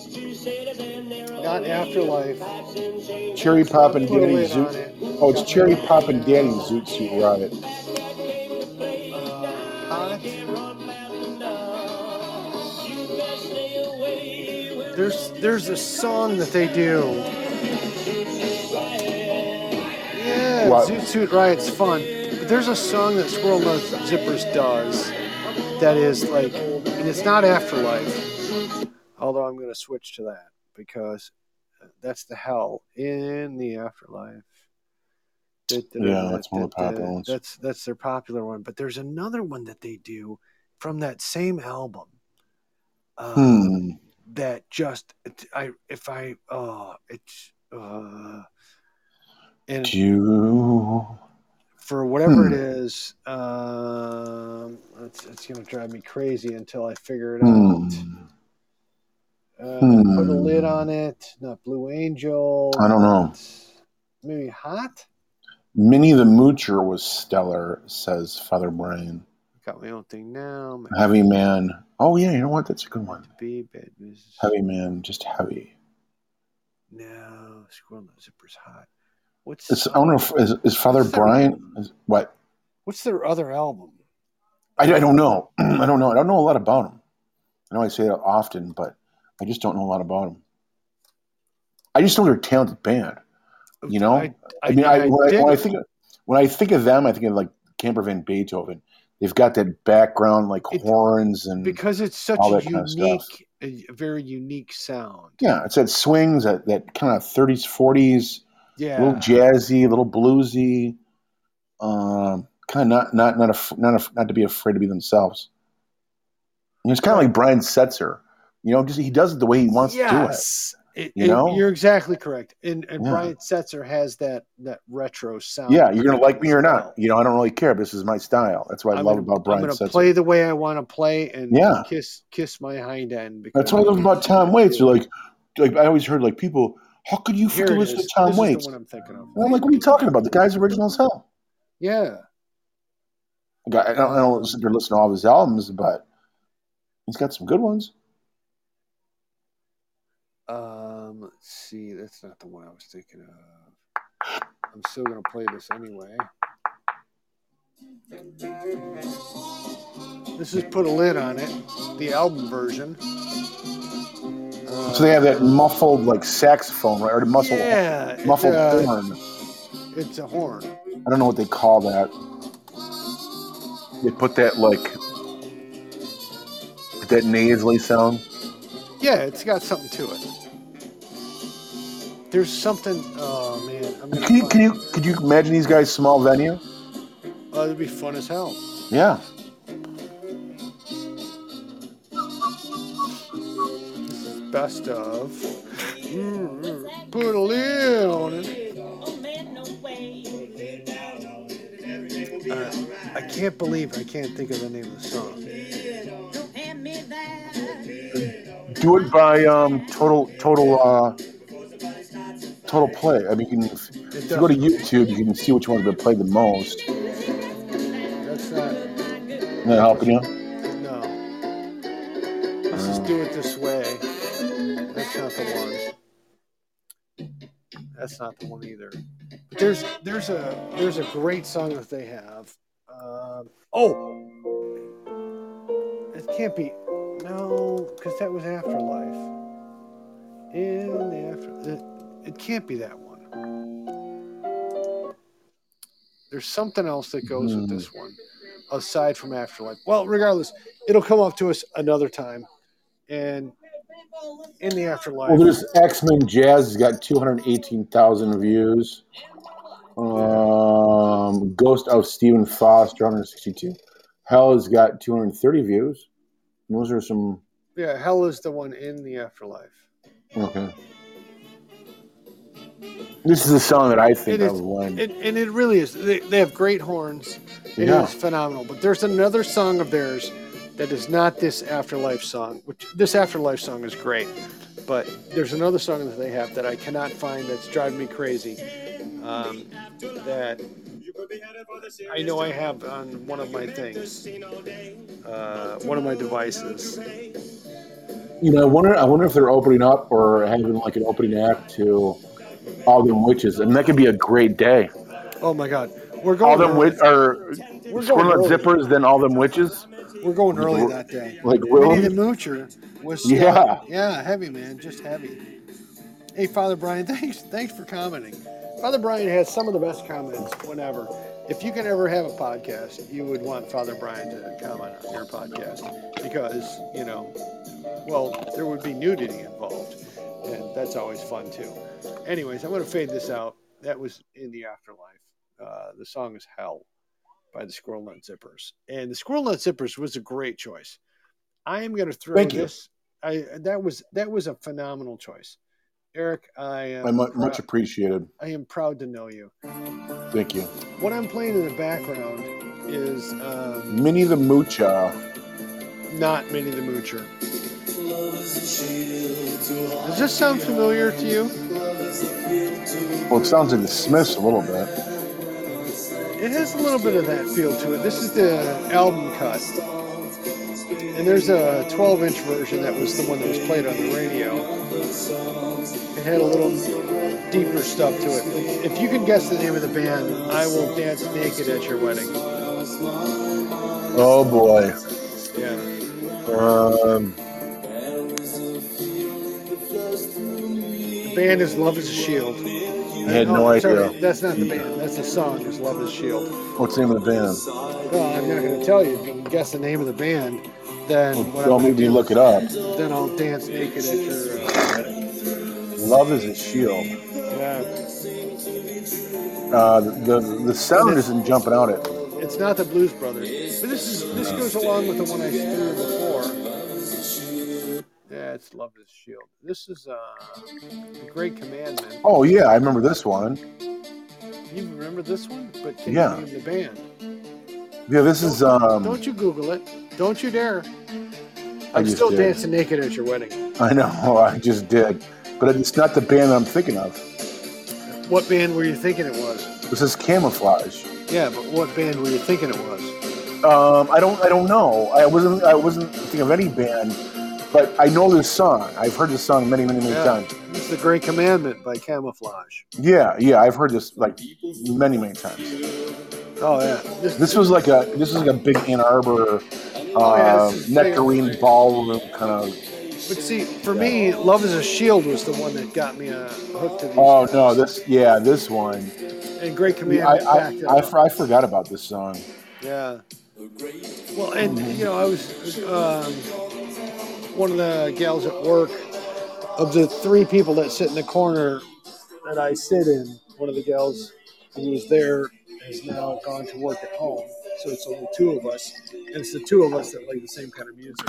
B: not Afterlife.
A: Cherry Pop and
B: Put a
A: Daddy
B: lid on
A: Zoot.
B: it.
A: Oh, it's Cherry Pop and Daddy Zoot Suit Riot.
B: Uh, hot. There's there's a song that they do. Yeah,
A: What?
B: Zoot Suit Riot's fun. But there's a song that Squirrel Nut Zippers does that is like, and it's not Afterlife. Although I'm going to switch to that because uh, that's the hell in the afterlife.
A: Yeah, that's one of the popular ones.
B: That's that's their popular one. But there's another one that they do from that same album. Uh,
A: Hmm.
B: That just I if I oh it's uh and
A: Do you?
B: for whatever
A: Hmm.
B: it is, um, it's, it's going to drive me crazy until I figure it
A: Hmm.
B: out. Uh, Put a lid on it. Not Blue Angel.
A: I don't know.
B: not- Maybe Hot.
A: Minnie the Moocher was stellar, says Father Brian.
B: Got my own thing now. My
A: Heavy Man. Oh yeah, you know what? That's a good one.
B: be bad news.
A: Heavy Man, just heavy.
B: No, squirrel nut zipper's hot. What's
A: It's, I don't know. If, is, is Father Brian? Is, what?
B: what's their other album?
A: I, I don't know. I don't know. I don't know a lot about him. I know I say that often, but I just don't know a lot about him. I just know they're a talented band. You know,
B: I,
A: I mean, I, when, I,
B: did-
A: when I think of, when I think of them, I think of like Camper Van Beethoven. They've got that background, like
B: It-
A: horns and
B: because it's such
A: all
B: a
A: that kinda stuff.
B: unique, a very unique sound.
A: yeah, it's that swings, that, that kind of 30s, 40s, a little
B: Yeah,
A: jazzy, a little bluesy, um, kind of not not not af- not af- not to be afraid to be themselves. And it's kind of like Brian Setzer, you know, just he does it the way he wants to do it.
B: yes. It-
A: you
B: it-
A: know?
B: you're exactly correct. And, and
A: Yeah.
B: Brian Setzer has that that retro sound.
A: Yeah, you're gonna like me or
B: Well,
A: not. You know, I don't really care. But this is my style. That's what I
B: I'm
A: love
B: gonna-
A: about Brian
B: I'm going to
A: Setzer.
B: play the way I want to play and
A: Yeah.
B: kiss kiss my hind end. Because
A: That's what I love about Tom Waits. You're like, like I always heard like people, how could you
B: Here
A: freaking
B: it
A: listen
B: is.
A: to Tom
B: This is
A: Waits?
B: the one I'm thinking of.
A: And I'm like, what are you talking about? The guy's original as hell.
B: Yeah,
A: Like, I I don't, I don't sit there and listen to all of his albums, but he's got some good ones.
B: Um, let's see. That's not the one I was thinking of. I'm still gonna play this anyway. This is put a lid on it, the album version. Uh,
A: So they have that muffled like saxophone, right, or the muscle,
B: yeah, it's
A: muffled
B: a-
A: horn.
B: It's a horn.
A: I don't know what they call that. They put that like that nasally sound.
B: Yeah, it's got something to it. There's something. Oh man, I'm gonna.
A: Can you
B: find-
A: can you could you imagine these guys small venue?
B: Oh, it'd be fun as hell.
A: Yeah,
B: This is best of. Mm, Put a lid on it. Uh, I can't believe I can't think of the name of the song.
A: do it by um total total uh total play. I mean, you can, if you go to YouTube, you can see which ones have been played the most.
B: That's not.
A: Isn't that helping you?
B: No. Let's just do it this way. That's not the one. That's not the one either. But there's there's a there's a great song that they have. Um, oh, it can't be. No, because that was Afterlife. In the after, it, it can't be that one. There's something else that goes with
A: Hmm.
B: this one, aside from Afterlife. Well, regardless, it'll come up to us another time, and in the Afterlife.
A: Well, there's X Men Jazz. Has got 218,000 views. Um, Ghost of Stephen Foster, 162. Hell has got 230 views. And Those are some
B: Yeah, hell is the one in the afterlife.
A: okay. This is a song that I think
B: It is-
A: of when
B: And, and it really is. They, they have great horns. It is
A: Yeah.
B: phenomenal. But there's another song of theirs that is not this afterlife song, which this afterlife song is great. But there's another song that they have that I cannot find that's driving me crazy. Um, that I know I have on one of my things, uh, one of my devices.
A: you know. I wonder. I wonder if they're opening up or having like an opening act to all them witches, and that could be a great day.
B: Oh my God. We're going
A: All them
B: early.
A: witches or
B: We're going
A: squirrel
B: early.
A: zippers, then all them witches.
B: We're going early that day.
A: Like
B: Minnie the
A: really?
B: Moocher was
A: Yeah.
B: stellar. yeah, heavy man, just heavy. Hey, Father Brian, thanks thanks for commenting. Father Brian has some of the best comments whenever. If you can ever have a podcast, you would want Father Brian to comment on your podcast because you know, well, there would be nudity involved, and That's always fun too. Anyways, I'm going to fade this out. That was in the afterlife. Uh, the song is Hell by the Squirrel Nut Zippers, and the Squirrel Nut Zippers was a great choice. I am going to throw
A: Thank you.
B: this. I that was that was a phenomenal choice, Eric. I am
A: I mu-
B: prou-
A: much appreciated.
B: I am proud to know you.
A: Thank you.
B: What I'm playing in the background is um,
A: Minnie the Moocha.
B: not Minnie the Moocher. Does this sound familiar to you?
A: Well, it sounds like the Smiths a little bit.
B: It has a little bit of that feel to it. This is the album cut. And there's a 12 inch version that was the one that was played on the radio. It had a little deeper stuff to it. If you can guess the name of the band, I will dance naked at your wedding.
A: Oh boy.
B: Yeah.
A: Um,
B: The band is Love is a Shield. Oh,
A: I had no idea.
B: That's not the band. That's the song, is Love is a Shield.
A: What's the name of the band?
B: Well, I'm not going to tell you. If you can guess the name of the band, then what
A: Well,
B: I'm gonna
A: maybe
B: do-
A: look it up.
B: Then I'll dance naked at your uh, wedding.
A: Love is a shield.
B: Yeah.
A: Uh, the, the the sound isn't jumping out at me.
B: It's not the Blues Brothers. But this is this goes along with the one I threw before. Yeah, it's Love is Shield. This is uh, the Great Commandment.
A: Oh yeah, I remember this one.
B: You remember this one? But can
A: Yeah.
B: you name the band?
A: Yeah, this is um.
B: Don't you Google it. Don't you dare.
A: I
B: I'm
A: just
B: still
A: did.
B: dancing naked at your wedding.
A: I know, I just did, but it's not the band I'm thinking of.
B: What band were you thinking it was?
A: This is camouflage.
B: Yeah, but what band were you thinking it was?
A: Um, I don't I don't know. I wasn't I wasn't thinking of any band, but I know this song. I've heard this song many many many
B: Yeah.
A: times.
B: It's The Great Commandment by Camouflage.
A: Yeah, yeah, I've heard this like many many times.
B: Oh, yeah. This,
A: This was like a this was like a big Ann Arbor
B: Oh, yeah,
A: uh,
B: this is
A: nectarine ballroom kind of.
B: But see, for me, Love is a Shield was the one that got me uh, hooked to these.
A: Oh no, this yeah this one.
B: And Great
A: Yeah,
B: Commandment
A: I,
B: backed it
A: I, I,
B: up.
A: for- I forgot about this song.
B: Yeah. Well, and you know, I was um, one of the gals at work. Of the three people that sit in the corner that I sit in, one of the gals who was there has now gone to work at home. So it's only two of us, and it's the two of us that like the same kind of music.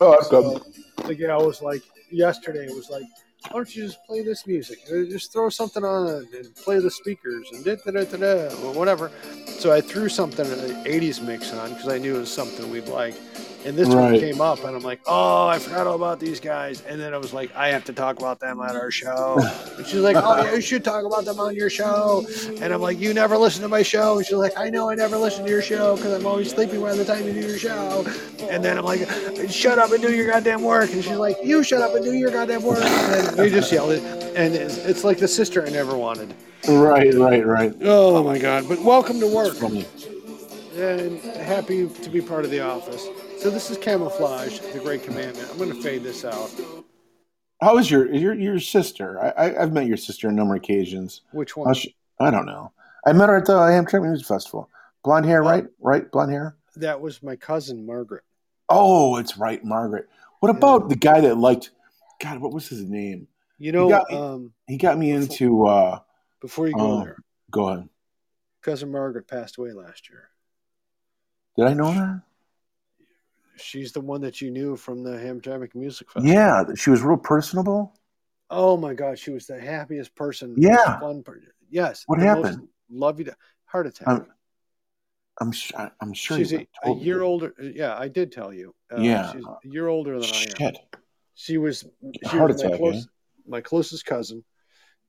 A: Oh, that's
B: So
A: good.
B: the gal was like, yesterday was like, why don't you just play this music? Uh, Just throw something on and play the speakers and da da da da da, or whatever. So I threw something, an 80s mix on, because I knew it was something we'd like. And this one
A: Right.
B: came up, and I'm like, oh, I forgot all about these guys. And then I was like, I have to talk about them on our show. And she's like, oh, yeah, you should talk about them on your show. And I'm like, you never listen to my show. And she's like, I know I never listen to your show because I'm always sleeping by the time you do your show. And then I'm like, shut up and do your goddamn work. And she's like, you shut up and do your goddamn work. And then we just yelled it. And it's, it's like the sister I never wanted.
A: Right, right, right.
B: Oh my God. But welcome to work
A: From the-
B: and happy to be part of the office. So this is Camouflage, The Great Commandment. I'm going to fade this out.
A: How is your your your sister? I, I I've met your sister on a number of occasions.
B: Which
A: How
B: one?
A: she, I don't know. I met her at the I Am Trip Music Festival. Blonde hair, right?
B: Oh.
A: Right, blonde hair.
B: That was my cousin, Margaret.
A: Oh, it's right, Margaret. What about the guy that liked? God, what was his name?
B: You know,
A: got me.
B: um,
A: He got me into. uh
B: before you go
A: Oh.
B: there,
A: Go ahead.
B: cousin Margaret passed away last year.
A: Did I know her?
B: She's the one that you knew from the Hamtramck Music Festival.
A: Yeah, she was real personable.
B: Oh my God, she was the happiest person.
A: Yeah.
B: most Fun per- yes.
A: What
B: the most
A: happened?
B: Lovely to- heart attack.
A: I'm- I'm sh- I- I'm sure.
B: she's
A: you
B: a, a
A: told me.
B: year older. Yeah, I did tell you. Uh,
A: Yeah.
B: She's a year older than I am.
A: Shit.
B: She was, she
A: Heart
B: was my,
A: attack, eh?
B: close, my closest cousin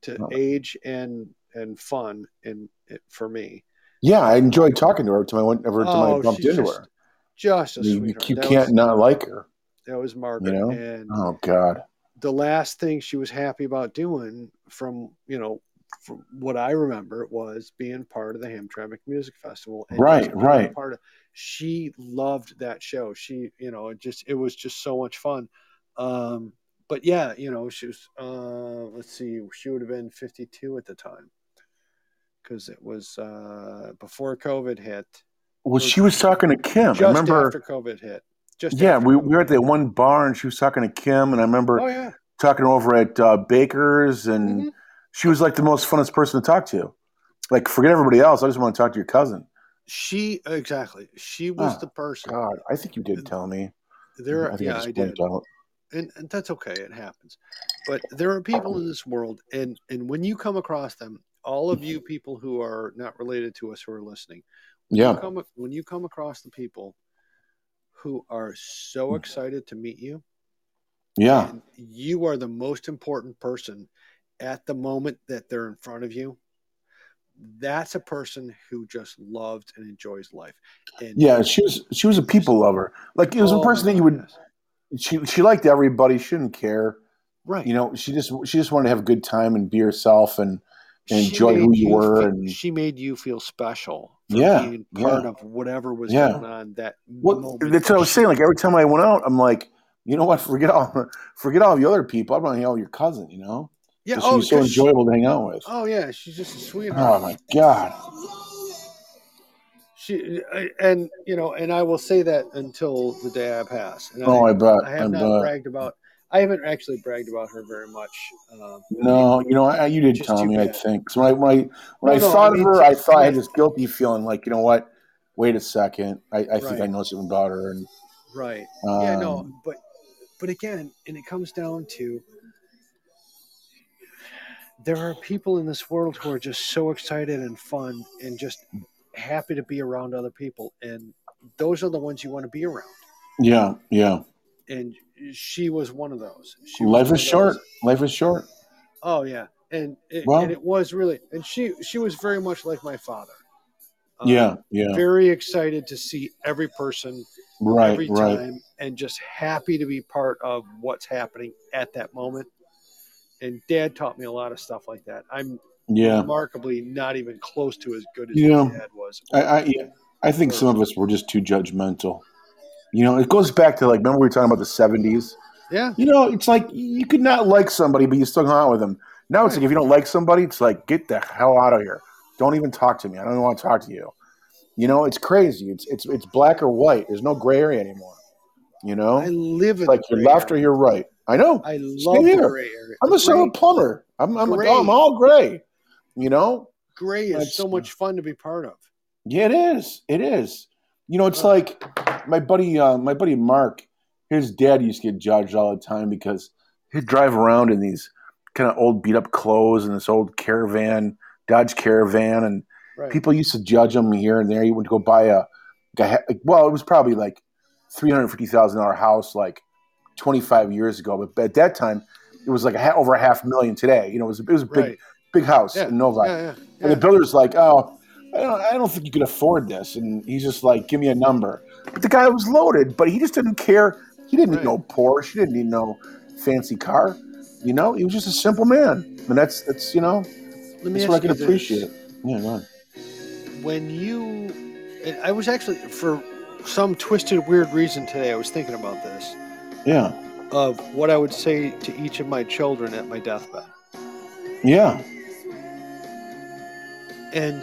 B: to
A: Oh.
B: age and and fun and it, for me.
A: Yeah, I enjoyed talking to her every time I went every time I
B: Oh,
A: bumped
B: she's
A: into
B: just
A: her.
B: Just a
A: You, you
B: sweetheart. that,
A: can't
B: was,
A: not like her.
B: that was Margaret.
A: know?
B: And
A: Oh God.
B: the last thing she was happy about doing from you know from what I remember was being part of the Hamtramck Music Festival.
A: Right,
B: just being
A: right.
B: Part of she loved that show. She you know it just it was just so much fun. Um, but yeah, you know she was. Uh, let's see, she would have been fifty two at the time because it was uh, before COVID hit.
A: Well, she was talking to Kim.
B: Just
A: I remember.
B: after COVID hit. Just
A: yeah,
B: after
A: we,
B: COVID.
A: we were at that one bar and she was talking to Kim, and I remember
B: Oh yeah,
A: talking over at uh, Baker's, and
B: Mhm.
A: she was like the most funnest person to talk to. Like, forget everybody else. I just want to talk to your cousin.
B: She exactly. She was
A: Ah,
B: the person.
A: God, I think you did tell me.
B: There,
A: think
B: yeah, I
A: just
B: did,
A: blanked out.
B: and, and that's okay. It happens. But there are people in this world, and and when you come across them, all of you people who are not related to us who are listening, when you
A: Yeah,
B: come, when you come across the people who are so excited to meet you,
A: Mm. yeah,
B: and you are the most important person at the moment that they're in front of you. That's a person who just loves and enjoys life. And
A: yeah. She was she was a people lover. Like it was
B: Oh,
A: a person that you would.
B: yes.
A: She she liked everybody. She didn't care.
B: right.
A: You know, she just she just wanted to have a good time and be herself and and
B: She
A: enjoy who
B: made
A: you were
B: fe-
A: and-
B: she made you feel special. for
A: Yeah,
B: being part
A: yeah.
B: of whatever was
A: Yeah.
B: going on that
A: Well,
B: moment.
A: that's what I was saying. Like every time I went out, I'm like, you know what? Forget all, forget all the other people. I want to hang out with your cousin. You know,
B: yeah.
A: she
B: Oh,
A: was so
B: 'cause she-
A: enjoyable to hang out with.
B: oh, yeah. She's just a sweetheart.
A: Oh my god!
B: She I- and you know, and I will say that until the day I pass. And
A: Oh,
B: I,
A: I bet.
B: I
A: I,
B: have not
A: bet.
B: bragged about. I haven't actually bragged about her very much. Um,
A: No, you know, I, you did
B: Just
A: tell
B: too
A: me. I
B: bad.
A: think 'Cause when I when I when
B: No,
A: I
B: no,
A: thought
B: I mean,
A: of her,
B: to-
A: I thought I had
B: yeah.
A: this guilty feeling. Like, you know what? Wait a second. I, I think
B: Right.
A: I know something about her. And
B: right?
A: um,
B: yeah, no, but but again, and it comes down to there are people in this world who are just so excited and fun and just happy to be around other people, and those are the ones you want to be around.
A: yeah, yeah.
B: And she was one of those. She was
A: Life
B: one
A: is
B: of
A: short.
B: those.
A: Life is short.
B: Oh yeah, and it,
A: Well-
B: and it was really, and she she was very much like my father. Um,
A: yeah, yeah.
B: Very excited to see every person
A: Right,
B: every
A: right.
B: time and just happy to be part of what's happening at that moment. And dad taught me a lot of stuff like that. I'm
A: Yeah.
B: remarkably not even close to as good as
A: Yeah.
B: my dad was.
A: I, I, yeah, I think some of us were just too judgmental. You know, it goes back to like, remember we were talking about the 70s?
B: Yeah.
A: You know, it's like you could not like somebody, but you still hung out with them. Now it's like if you don't like somebody, it's like, get the hell out of here. Don't even talk to me. I don't even want to talk to you. You know, it's crazy. It's it's it's black or white. There's no gray area anymore. You know?
B: I live in
A: It's like
B: the
A: you're
B: gray
A: left or
B: area.
A: you're right. I know.
B: I
A: Same
B: love the
A: here.
B: gray area.
A: I'm
B: The
A: a summer
B: gray,
A: plumber. I'm, I'm like,
B: Gray.
A: oh, I'm all gray. You know?
B: gray is
A: That's-
B: so much fun to be part of.
A: Yeah, it is. It is. You know, it's
B: Ugh.
A: like my buddy, uh, my buddy Mark. His dad used to get judged all the time because he'd drive around in these kind of old, beat up clothes and this old caravan, Dodge Caravan, and
B: Right.
A: people used to judge him here and there. He went to go buy a, a ha- well, it was probably like three hundred fifty thousand dollar house, like twenty five years ago. But at that time, it was like a, ha- over a half million today. You know, it was, it was a big,
B: right.
A: big house
B: Yeah.
A: in Novi.
B: Yeah. Yeah.
A: And the
B: yeah.
A: builder's like, oh, I don't, I don't think you could afford this. And he's just like, give me a number. But the guy was loaded, but he just didn't care. He didn't
B: Right.
A: need no Porsche. He didn't need no fancy car. You know, he was just a simple man. And that's, that's you know,
B: Let me
A: that's
B: ask
A: what I can
B: you this.
A: appreciate. Yeah, go on.
B: when you and i was actually for some twisted weird reason today i was thinking about this
A: yeah,
B: of what i would say to each of my children at my deathbed
A: yeah,
B: and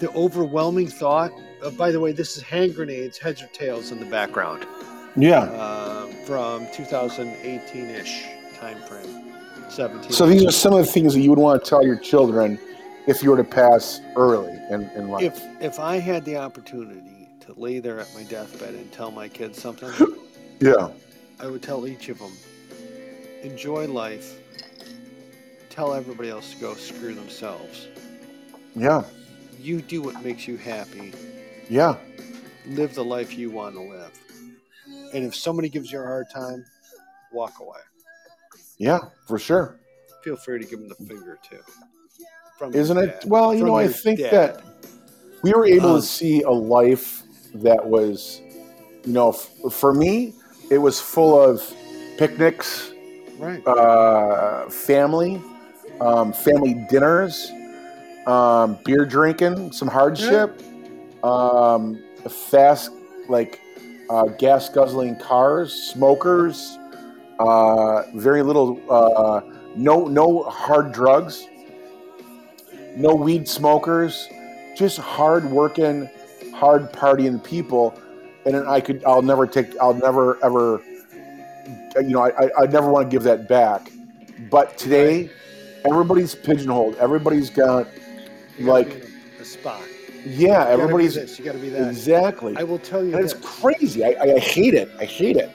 B: the overwhelming thought uh, by the way this is hand grenades heads or tails in the background
A: yeah.
B: um, from 2018-ish time frame 17
A: So these are some of the things that you would want to tell your children if you were to pass early in, in life.
B: if if i had the opportunity to lay there at my deathbed and tell my kids something
A: yeah,
B: I would tell each of them enjoy life, tell everybody else to go screw themselves.
A: yeah,
B: You do what makes you happy,
A: yeah,
B: live the life you want to live. And if somebody gives you a hard time, walk away.
A: yeah, for sure.
B: Feel free to give them the finger too. From your
A: Isn't it?
B: dad.
A: Well, you
B: From
A: know, I
B: your
A: think
B: dad.
A: that we were able
B: Um,
A: to see a life that was, you know, f- for me, it was full of picnics,
B: right,
A: uh, family, um, family dinners, um, beer drinking, some hardship, um, fast, like uh, gas guzzling cars, smokers, uh, very little, uh, no, no hard drugs, no weed smokers, just hard working, hard partying people. And then I could, I'll never take, I'll never ever you know, I, I, I never want to give that back. But today, everybody's pigeonholed. Everybody's got,
B: You gotta
A: Like-
B: be in a, a spot.
A: yeah,
B: You gotta be
A: everybody's
B: this. You got to be that.
A: exactly.
B: I will tell you
A: And it's
B: this.
A: crazy. I, I, I hate it. I hate it.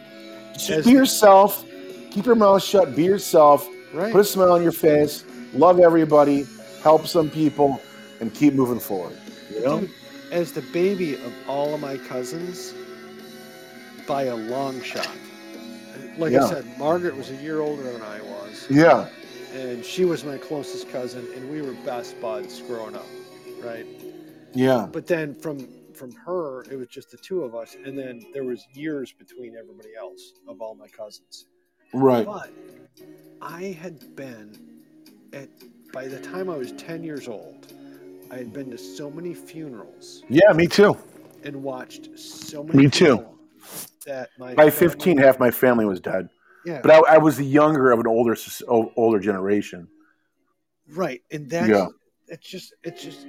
A: Just
B: As-
A: be yourself. Keep your mouth shut. Be yourself.
B: Right.
A: Put a smile on your face. Love everybody. Help some people, and keep moving forward. You know?
B: Dude, as the baby of all of my cousins, by a long shot. Like
A: Yeah.
B: I said, Margaret was a year older than I was,
A: Yeah.
B: and she was my closest cousin, and we were best buds growing up, right?
A: Yeah.
B: But then from from her, it was just the two of us, and then there was years between everybody else of all my cousins.
A: Right.
B: But I had been at by the time I was ten years old, I had been to so many funerals.
A: Yeah. Me too.
B: and watched so many.
A: Me too.
B: people That my
A: By 15, half my family was dead.
B: Yeah,
A: But I, I was the younger of an older s- o- older generation.
B: right, and that
A: Yeah.
B: it's just it's just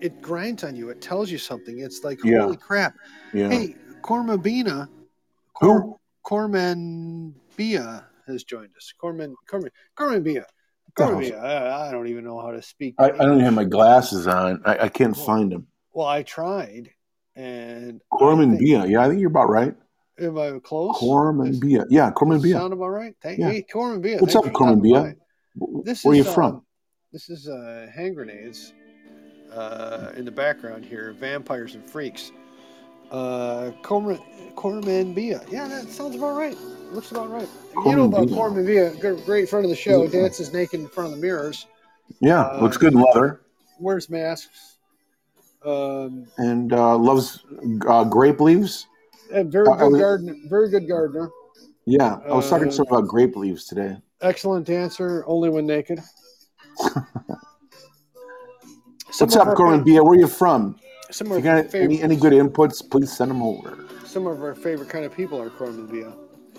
B: it grinds on you. It tells you something. It's like
A: Yeah.
B: holy crap!
A: Yeah.
B: Hey, Cormabina,
A: Who?
B: Corman Bia has joined us. Corman Corman Corman Bia.
A: That
B: Corman Bia. I, I don't even know how to speak.
A: I, I don't even have my glasses on. I, I can't find them.
B: Well, I tried, and I
A: Corman
B: think-
A: Bia. Yeah, I think you're about right.
B: Am I close?
A: Corman
B: Does-
A: Bia. Yeah, Corman
B: does it
A: Bia.
B: Sound about right? Thank
A: Yeah.
B: Hey, Corman Bia.
A: What's
B: thanks
A: up,
B: for
A: Corman Bia?
B: stopping by. This
A: Where are you
B: is,
A: from?
B: um, this is uh, hand grenades uh, in the background here. Vampires and freaks. Uh, Corman, Corman Bia. Yeah, that sounds about right. Looks about right. you
A: Corman
B: know about
A: Bia.
B: Corman Bia? Good, great friend of the show.
A: Yeah.
B: Dances naked in front of the mirrors.
A: Yeah,
B: Uh,
A: looks good in leather
B: Wears masks. Um,
A: and uh, loves uh, grape leaves.
B: a very
A: Uh, I
B: good
A: was-
B: gardener. Very good gardener.
A: Yeah, I was talking
B: Uh,
A: to someone about grape leaves today.
B: Excellent dancer. Only when naked. Some
A: What's
B: of
A: up,
B: our
A: Corman
B: fa-
A: Bia? Where are you from?
B: Some
A: If you
B: of our
A: got any,
B: favorite,
A: any good inputs, please send them over.
B: some of our favorite kind of people are Corman Bia,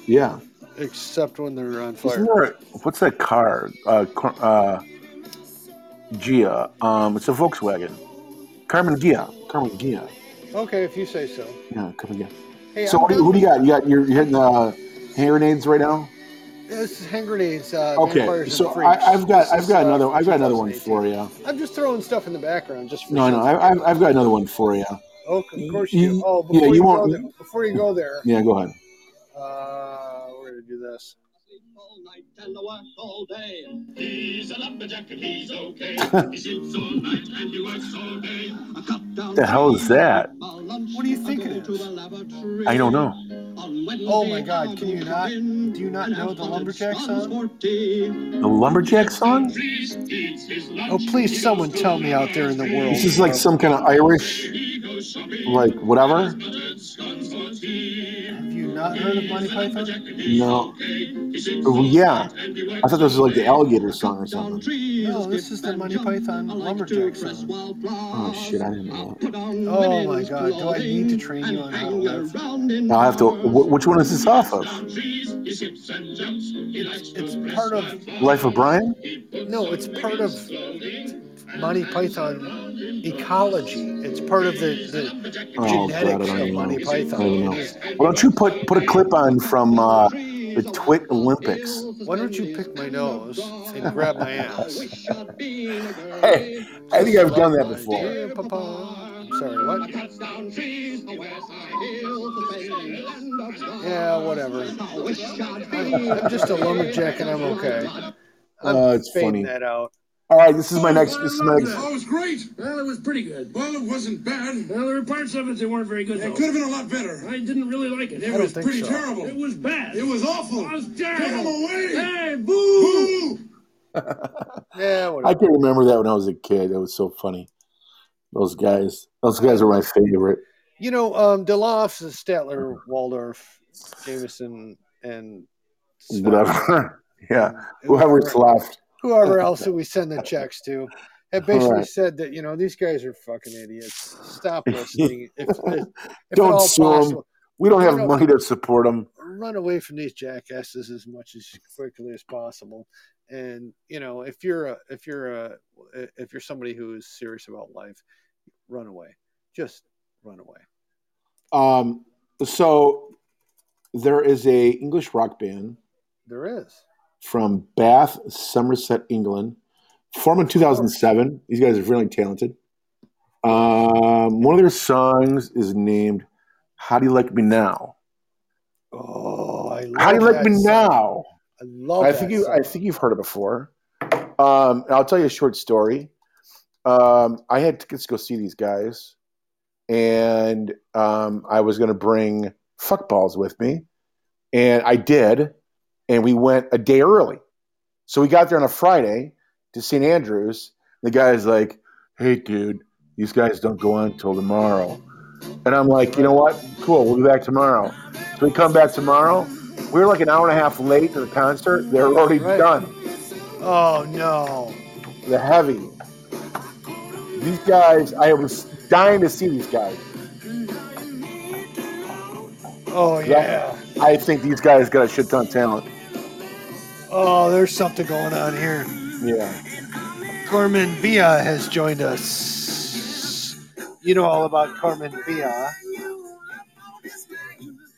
A: Yeah.
B: except when they're on
A: Isn't
B: fire.
A: there a- what's that car? Uh, Cor- uh, Gia. Um, it's a Volkswagen. Carmen Gia. Carmen Gia.
B: Okay, if you say so.
A: Yeah, Carmen Gia.
B: Hey,
A: so
B: I'm
A: what do, you, who do you
B: done.
A: got? You got you're, you're hitting uh, hand grenades right now.
B: This is hand grenades. Uh,
A: Okay,
B: vampires
A: so
B: and freaks.
A: I, I've got
B: This
A: I've
B: is,
A: got
B: uh,
A: another
B: from
A: I've got another one
B: 2018.
A: for you.
B: I'm just throwing stuff in the background just for.
A: No, no, I, I've, I've got another one for you.
B: oh, of course
A: You-
B: you. do. Oh,
A: yeah,
B: before
A: you
B: you,
A: won't-
B: go there, before you go there,
A: Yeah, go ahead.
B: uh, we're gonna do this.
C: All night and the work all day. He's a lumberjack and he's okay. he sleeps all night and he works all day. A cup down
A: The hell is that?
C: What
B: What do you think it is?
A: I don't know.
C: Oh
B: my God, can you not- do you not know the lumberjack song?
A: The lumberjack song?
B: Oh, please, someone tell me out there in the world.
A: This is like some kind of Irish, like whatever.
B: Have you not heard of Monty Python?
A: No. Oh, yeah. I thought this was like the alligator song or something.
B: No, this is the Monty Python lumberjack song.
A: Oh shit, I didn't know. that.
B: Oh my God! Do I need to train you on how to live?
A: Now I have to. Wh- which one is this off of?
B: It's part of
A: Life of Brian?
B: no. It's part of Monty Python ecology. It's part of the
A: Oh god, I
B: Genetics
A: don't
B: of
A: even know.
B: Monty
A: I
B: Python.
A: don't even know. Why don't you put put a clip on from uh, the Twit Olympics?
B: the. Why don't you pick my nose and grab my ass?
A: Hey, I think I've done that before.
B: Dear Papa. I'm sorry. What? Yeah, whatever. I'm just a lumberjack and I'm okay. I'm
A: Oh, it's
B: fading
A: funny.
B: that out.
A: All right, this is my next. This is my next.
C: Oh, it was great. Well, it was pretty good. Well, it wasn't bad. Well, there were parts of it that weren't very good. It could have been a lot better. I didn't really like it. It
B: don't
C: was
B: think
C: pretty
B: so.
C: terrible. It was bad. It was awful. It was terrible.
D: Get him
C: away. Hey, boo. boo.
B: Yeah,
A: I
B: whatever.
A: can remember that when I was a kid. It was so funny. Those guys. Those guys were my favorite.
B: You know, um, Deloffs, Statler, Waldorf, Jameson, and Sven.
A: Whatever. yeah.
B: And
A: Whoever's left.
B: whoever else that we send the checks to have basically
A: Alright.
B: said that you know these guys are fucking idiots. Stop listening. If, if, if at
A: Don't
B: all
A: sue 'em.
B: possible,
A: We don't
B: No, no.
A: have money to support them.
B: run away from these jackasses as much as quickly as possible. And you know, if you're a, if you're a, if you're somebody who is serious about life, run away. Just run away.
A: Um, so there is a English rock band
B: There is.
A: from Bath, Somerset, England, formed in 2007. These guys are really talented. Um, one of their songs is named "How Do You Like Me Now."
B: Oh, I love
A: How do you like
B: that
A: me
B: song.
A: now?
B: I love
A: I
B: that
A: think you.
B: song.
A: I think you've heard it before. Um, and I'll tell you a short story. Um, I had tickets to go see these guys, and um, I was going to bring fuckballs with me, and I did, and we went a day early. So we got there on a Friday to St. Andrews. The guy's like, "Hey, dude, these guys don't go on until tomorrow," and I'm like, "You know what? Cool, we'll be back tomorrow." So we come back tomorrow. We were like an hour and a half late to the concert. They were already
B: Right.
A: done.
B: Oh no.
A: The heavy. These guys, I was dying to see these guys.
B: Oh yeah.
A: I think these guys got a shit ton of talent.
B: Oh, there's something going on here.
A: Yeah.
B: Carmen Villa has joined us. You know all about Carmen Villa.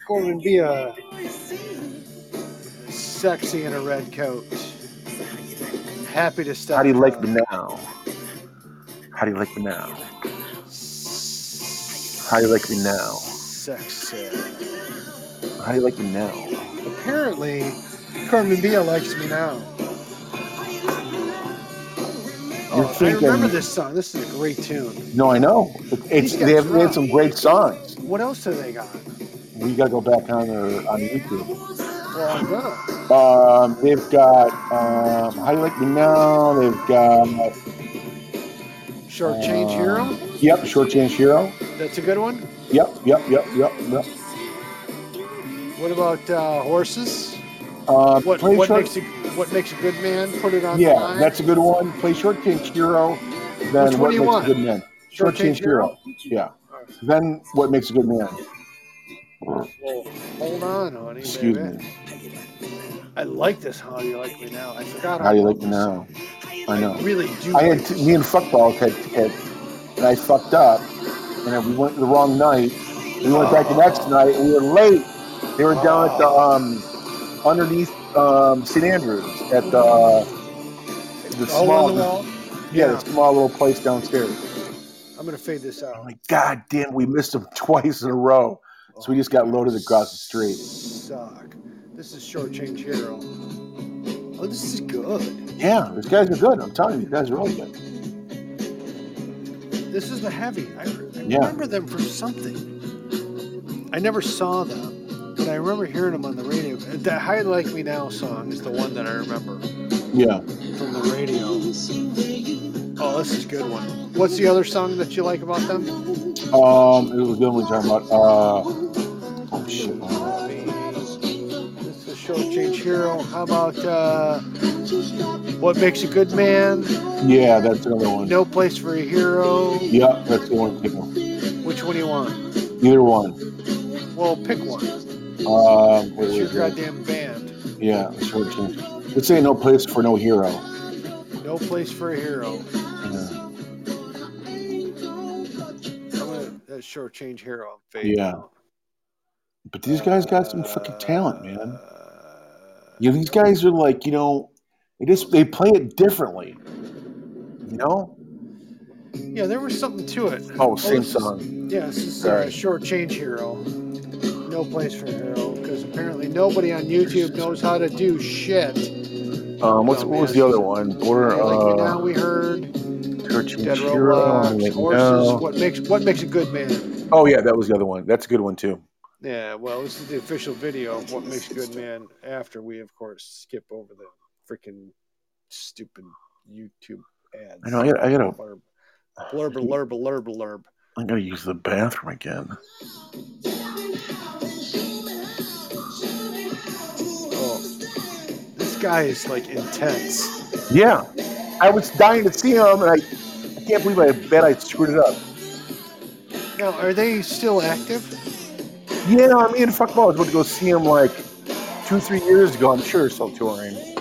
B: Carmen Villa, sexy in a red coat. Happy to stop.
A: How do you like me
B: by.
A: now? How do you like me now? How do you like me now?
B: Sexy.
A: How do you like me
B: Oh,
A: now?
B: Apparently, Carmen Villa likes me now. Oh, I
A: thinking-
B: remember this song. This is a great tune.
A: No, I know. It's
B: These guys
A: they have, they
B: rock.
A: have some great songs.
B: What else do they got?
A: We gotta go back on their on YouTube.
B: Well, I'm gonna.
A: Um, they've got um, How You Like Me Now. They've got um,
B: Short
A: Uh,
B: Change Hero.
A: Yep, Shortchange Hero.
B: That's a good one.
A: Yep, yep, yep, yep, yep.
B: What about uh, horses?
A: Uh,
B: What
A: play
B: what
A: short,
B: makes a what makes a good man? Put it on. the
A: yeah,
B: line.
A: that's a good one. Play Shortchange Hero. Then
B: Which one
A: what
B: do you
A: makes
B: want?
A: a good man?
B: Short Change
A: Shortchange Hero. Yeah. Then what makes a good man?
B: Well, hold on, honey.
A: Excuse
B: baby.
A: me.
B: I like this. How do you like me now? I forgot.
A: How do you
B: about
A: like me
B: this.
A: now? I know.
B: Really do.
A: I
B: like
A: had
B: this.
A: me and fuckballs had tickets, and I fucked up, and then we went the wrong night. We went back the next night, and we were late. They were down at the um, underneath um, St. Andrews at the the
B: All
A: small
B: Oh, on the wall.
A: yeah, the small little place downstairs.
B: I'm gonna fade this
A: I'm
B: out.
A: like, God damn, we missed them twice in a row. So we just got loaded across the street.
B: Oh, Suck. This is short change hero. Oh, this is good.
A: Yeah, these guys are good. I'm telling you, these guys are really good.
B: This is the heavy. I, I
A: Yeah.
B: remember them from something. I never saw them, but I remember hearing them on the radio. The "High Like Me Now" song is the one that I remember
A: Yeah.
B: from the radio. Oh, this is a good one. What's the other song that you like about them?
A: Um, it was good one talking about. Uh, oh shit. uh,
B: This is short change hero. How about uh, what makes a good man?
A: Yeah, that's another one.
B: No place for a hero.
A: Yep, that's the one. Pick one.
B: Which one do you want?
A: Either one.
B: Well, pick one.
A: Um,
B: It's your
A: wait, wait, wait.
B: goddamn band.
A: yeah, it's short change. Let's say no place for no hero.
B: No place for a hero.
A: Yeah.
B: I'm gonna that's short change hero. I'm fading
A: Yeah.
B: out.
A: But these guys got some fucking talent, man.
B: Uh,
A: You know, these guys are like, you know, they just they play it differently. You know?
B: yeah, there was something to it.
A: Oh, same
B: this is-
A: song.
B: Yeah, this is uh,
A: Sorry.
B: short change hero. No place for a hero because apparently nobody on YouTube knows how to do shit.
A: Um,
B: Oh,
A: what's, what was the other one? Border
B: like
A: uh,
B: now we heard
A: Church and
B: dead
A: Hero,
B: robots,
A: like,
B: horses.
A: no.
B: What makes what makes a good man?
A: Oh yeah, that was the other one. That's a good one too.
B: Yeah, well, this is the official video of what makes a good man after we, of course, skip over the freaking stupid YouTube ads.
A: I know. I gotta, I gotta,
B: Blurb, blurb, blurb, blurb, blurb.
A: I gotta use the bathroom again.
B: Oh, this guy is like intense.
A: Yeah, I was dying to see him, and I, I can't believe I bet I screwed it up.
B: Now, are they still active?
A: Yeah, I mean, fuck balls. Went to go see him like two, three years ago. I'm sure he's still touring. I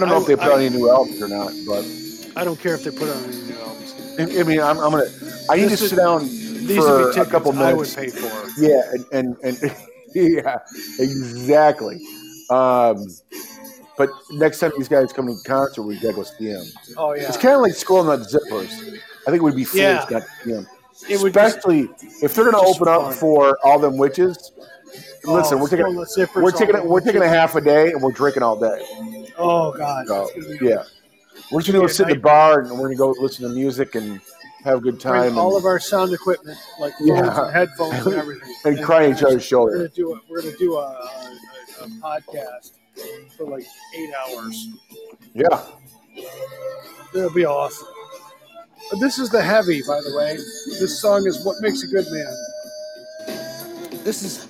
A: don't know if they put
B: I-
A: out any new albums or not, but
B: I don't care if they put out any new albums.
A: I I mean, I'm, I'm gonna. I need
B: This
A: to
B: is-
A: sit down.
B: These
A: for
B: would be
A: a
B: tickets
A: couple
B: I
A: minutes.
B: would pay for.
A: Yeah, and and, and yeah, exactly. Um, but next time these guys come to concert, we gotta go see 'em.
B: Oh yeah,
A: It's kind of like scrolling on zippers. I think it would be foolish
B: Yeah.
A: not to see 'em.
B: it would just-
A: Especially if they're gonna
B: just
A: open up
B: fun.
A: for all them witches.
B: oh,
A: Listen, we're taking
B: scroll the zippers
A: we're taking
B: off.
A: we're taking a half a day and we're drinking all day.
B: Oh god,
A: So
B: It's gonna be-
A: yeah, we're just gonna go sit in the bar and we're gonna go listen to music and have a good
B: bring
A: time
B: all
A: and,
B: of our sound equipment, like phones
A: Yeah.
B: and headphones and everything,
A: and cry each other's
B: We're
A: shoulder.
B: gonna do a, we're gonna do a, a, a podcast for like eight hours.
A: Yeah,
B: It'll be awesome. This is the heavy, by the way. This song is what makes a good man. This is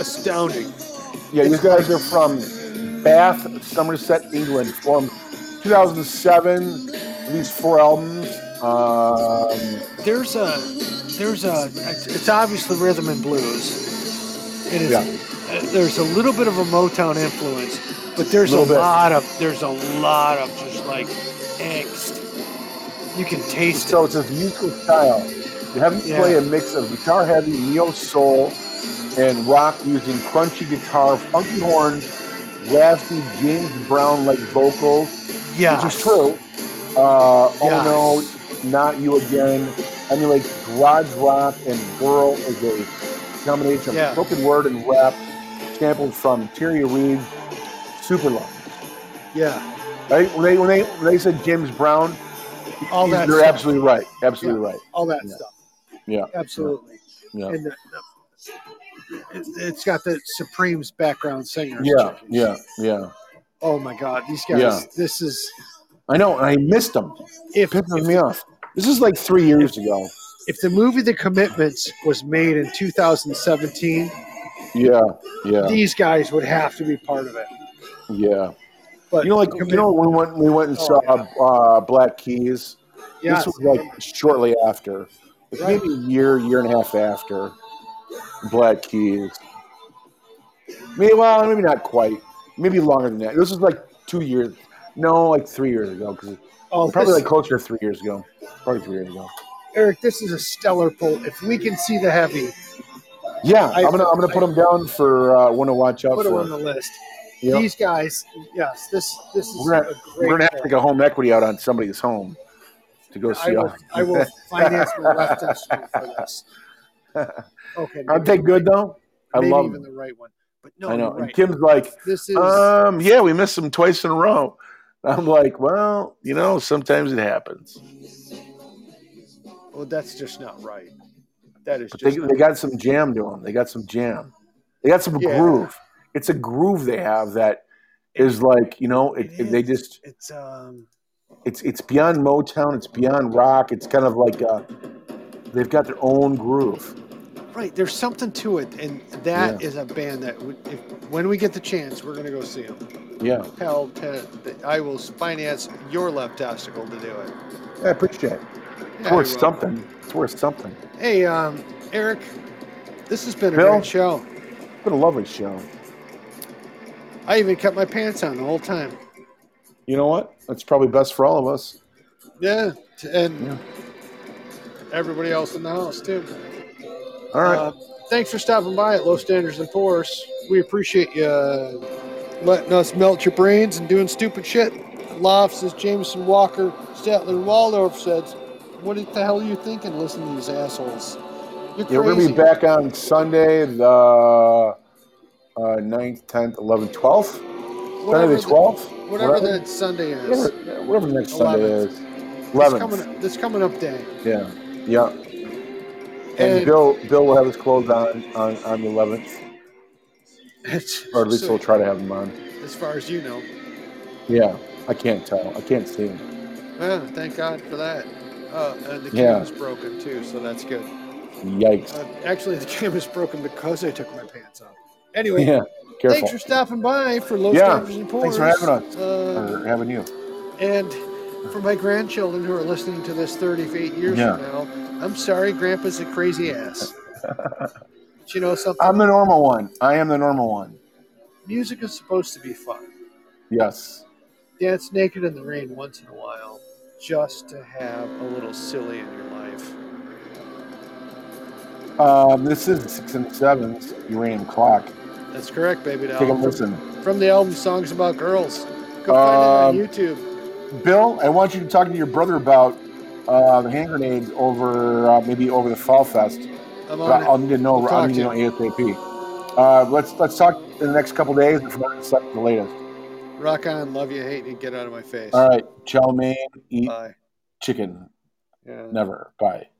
B: astounding.
A: yeah. These guys are from Bath, Somerset, England. Formed 2007. These four albums. Um,
B: There's a there's a it's obviously rhythm and blues. It is.
A: Yeah.
B: uh, There's a little bit of a Motown influence, but there's a
A: Little bit.
B: lot of there's a lot of just like angst. You can taste
A: so it's a musical style. You have them
B: Yeah.
A: play a mix of guitar heavy neo soul and rock using crunchy guitar, funky horns, raspy James Brown like vocals.
B: it. Yeah.
A: which is true. Uh,
B: Yeah.
A: Oh no, not you again. I mean, like garage rock and girl is a combination of
B: Yeah.
A: spoken word and rap, sampled from Terry Reed, Superlove.
B: Yeah.
A: Right? When they when they when they said James Brown,
B: All
A: they're
B: that stuff.
A: absolutely right. Absolutely right.
B: all that
A: Yeah.
B: stuff.
A: Yeah.
B: Absolutely.
A: Yeah.
B: And the, the, it, it's got the Supremes background singer.
A: Yeah, yeah, yeah.
B: Oh my God, these guys.
A: Yeah.
B: This is
A: I know, and I missed them.
B: if
A: Pisses me off. This is like three years ago.
B: if the movie The Commitments was made in 2017,
A: Yeah, yeah,
B: these guys would have to be part of it.
A: yeah.
B: But
A: You know, like you know, when we went, we went and
B: Oh,
A: saw uh, Black Keys.
B: yes,
A: This was like shortly after, like
B: Right.
A: maybe a year, year and a half after Black Keys. Maybe, well, maybe not quite. Maybe longer than that. This was like two years. No, like three years ago. 'cause
B: oh,
A: probably
B: this-
A: like closer to three years ago. Probably three years ago.
B: Eric. This is a stellar pull. If we can see the heavy,
A: Yeah, I,
B: I-
A: am gonna I'm gonna put them down for uh, one to watch out
B: put them on
A: for.
B: the list.
A: Yep.
B: These guys, yes, this this is
A: We're
B: a great.
A: We're gonna have to
B: pull.
A: take a home equity out on somebody's home to go
B: I
A: see.
B: will,
A: all-
B: I will finance my left destiny for this. Okay.
A: Aren't they good though? I
B: maybe
A: love them.
B: even the right one. But no,
A: I know.
B: you're
A: And
B: right.
A: Kim's like,
B: This is
A: Um, yeah, we missed them twice in a row. I'm like, well, you know, sometimes it happens.
B: well, Oh, that's just not right. That is
A: But they,
B: just
A: they got some jam to them. They got some jam. They got some
B: Yeah.
A: groove. It's a groove they have that is like, you know, it,
B: It
A: they
B: is.
A: just
B: it's um
A: it's it's beyond Motown. It's beyond rock. It's kind of like uh they've got their own groove.
B: right. There's something to it, and that is a band that would, if, when we get the chance, we're gonna go see them.
A: Yeah,
B: Hell, to, I will finance your left testicle to do it.
A: I appreciate it. It's
B: Yeah,
A: worth
B: you're
A: something. It's worth something.
B: welcome. Hey, um, Eric, this has been a
A: Bill?
B: great show.
A: It's been a lovely show.
B: I even kept my pants on the whole time.
A: You know what? That's probably best for all of us.
B: Yeah, t- and
A: Yeah.
B: everybody else in the house too.
A: All right.
B: Uh, thanks for stopping by at Low Standards and Force. We appreciate you uh, letting us melt your brains and doing stupid shit. Loft says Jameson Walker, Statler and Waldorf says, "What the hell are you thinking? Listen to these assholes. You're
A: Yeah, we're gonna
B: crazy."
A: be back on Sunday, the uh, 9th, 10th, 11th, 12th. Sunday
B: whatever
A: the 12th?
B: the- whatever that Sunday is.
A: Whatever, yeah, whatever the next Sunday
B: 11th.
A: is.
B: This
A: 11th.
B: coming, up- this coming up day.
A: yeah. Yeah. And,
B: And-
A: Bill Bill will have his clothes on on, on the 11th,
B: It's-
A: or at least
B: so,
A: he'll try to have them on.
B: as far as you know.
A: Yeah. I can't tell. I can't see him.
B: Yeah, thank God for that. Uh, and the
A: Yeah.
B: camera's broken too, so that's good.
A: Yikes.
B: Uh, actually, the camera's broken because I took my pants off. Anyway,
A: Yeah. Careful.
B: thanks for stopping by for Low
A: Yeah,
B: Standards and Pours.
A: thanks for having us.
B: Uh,
A: Or having you.
B: and for my grandchildren who are listening to this 38 years
A: Yeah.
B: from now, I'm sorry, Grandpa's a crazy ass. but you know something?
A: I'm the normal one. I am the normal one.
B: Music is supposed to be fun.
A: Yes.
B: Dance naked in the rain once in a while, just to have a little silly in your life.
A: Um, this is six and sevens uranium clock.
B: That's correct, baby doll.
A: Take a listen.
B: From the album Songs About Girls. Go
A: Um,
B: find it on YouTube.
A: Bill, I want you to talk to your brother about uh, the hand grenades over uh, maybe over the Fall Fest.
B: I'm
A: But I'll
B: on
A: need to know.
B: We'll
A: I'll
B: talk
A: need to know
B: to
A: ASAP. Uh, let's let's talk in the next couple days and find out the latest.
B: it. Rock on, love you, hate you,
A: Uh,
B: get out of my face.
A: All right, chow mein, eat
B: Bye.
A: chicken,
B: Yeah.
A: never. Bye.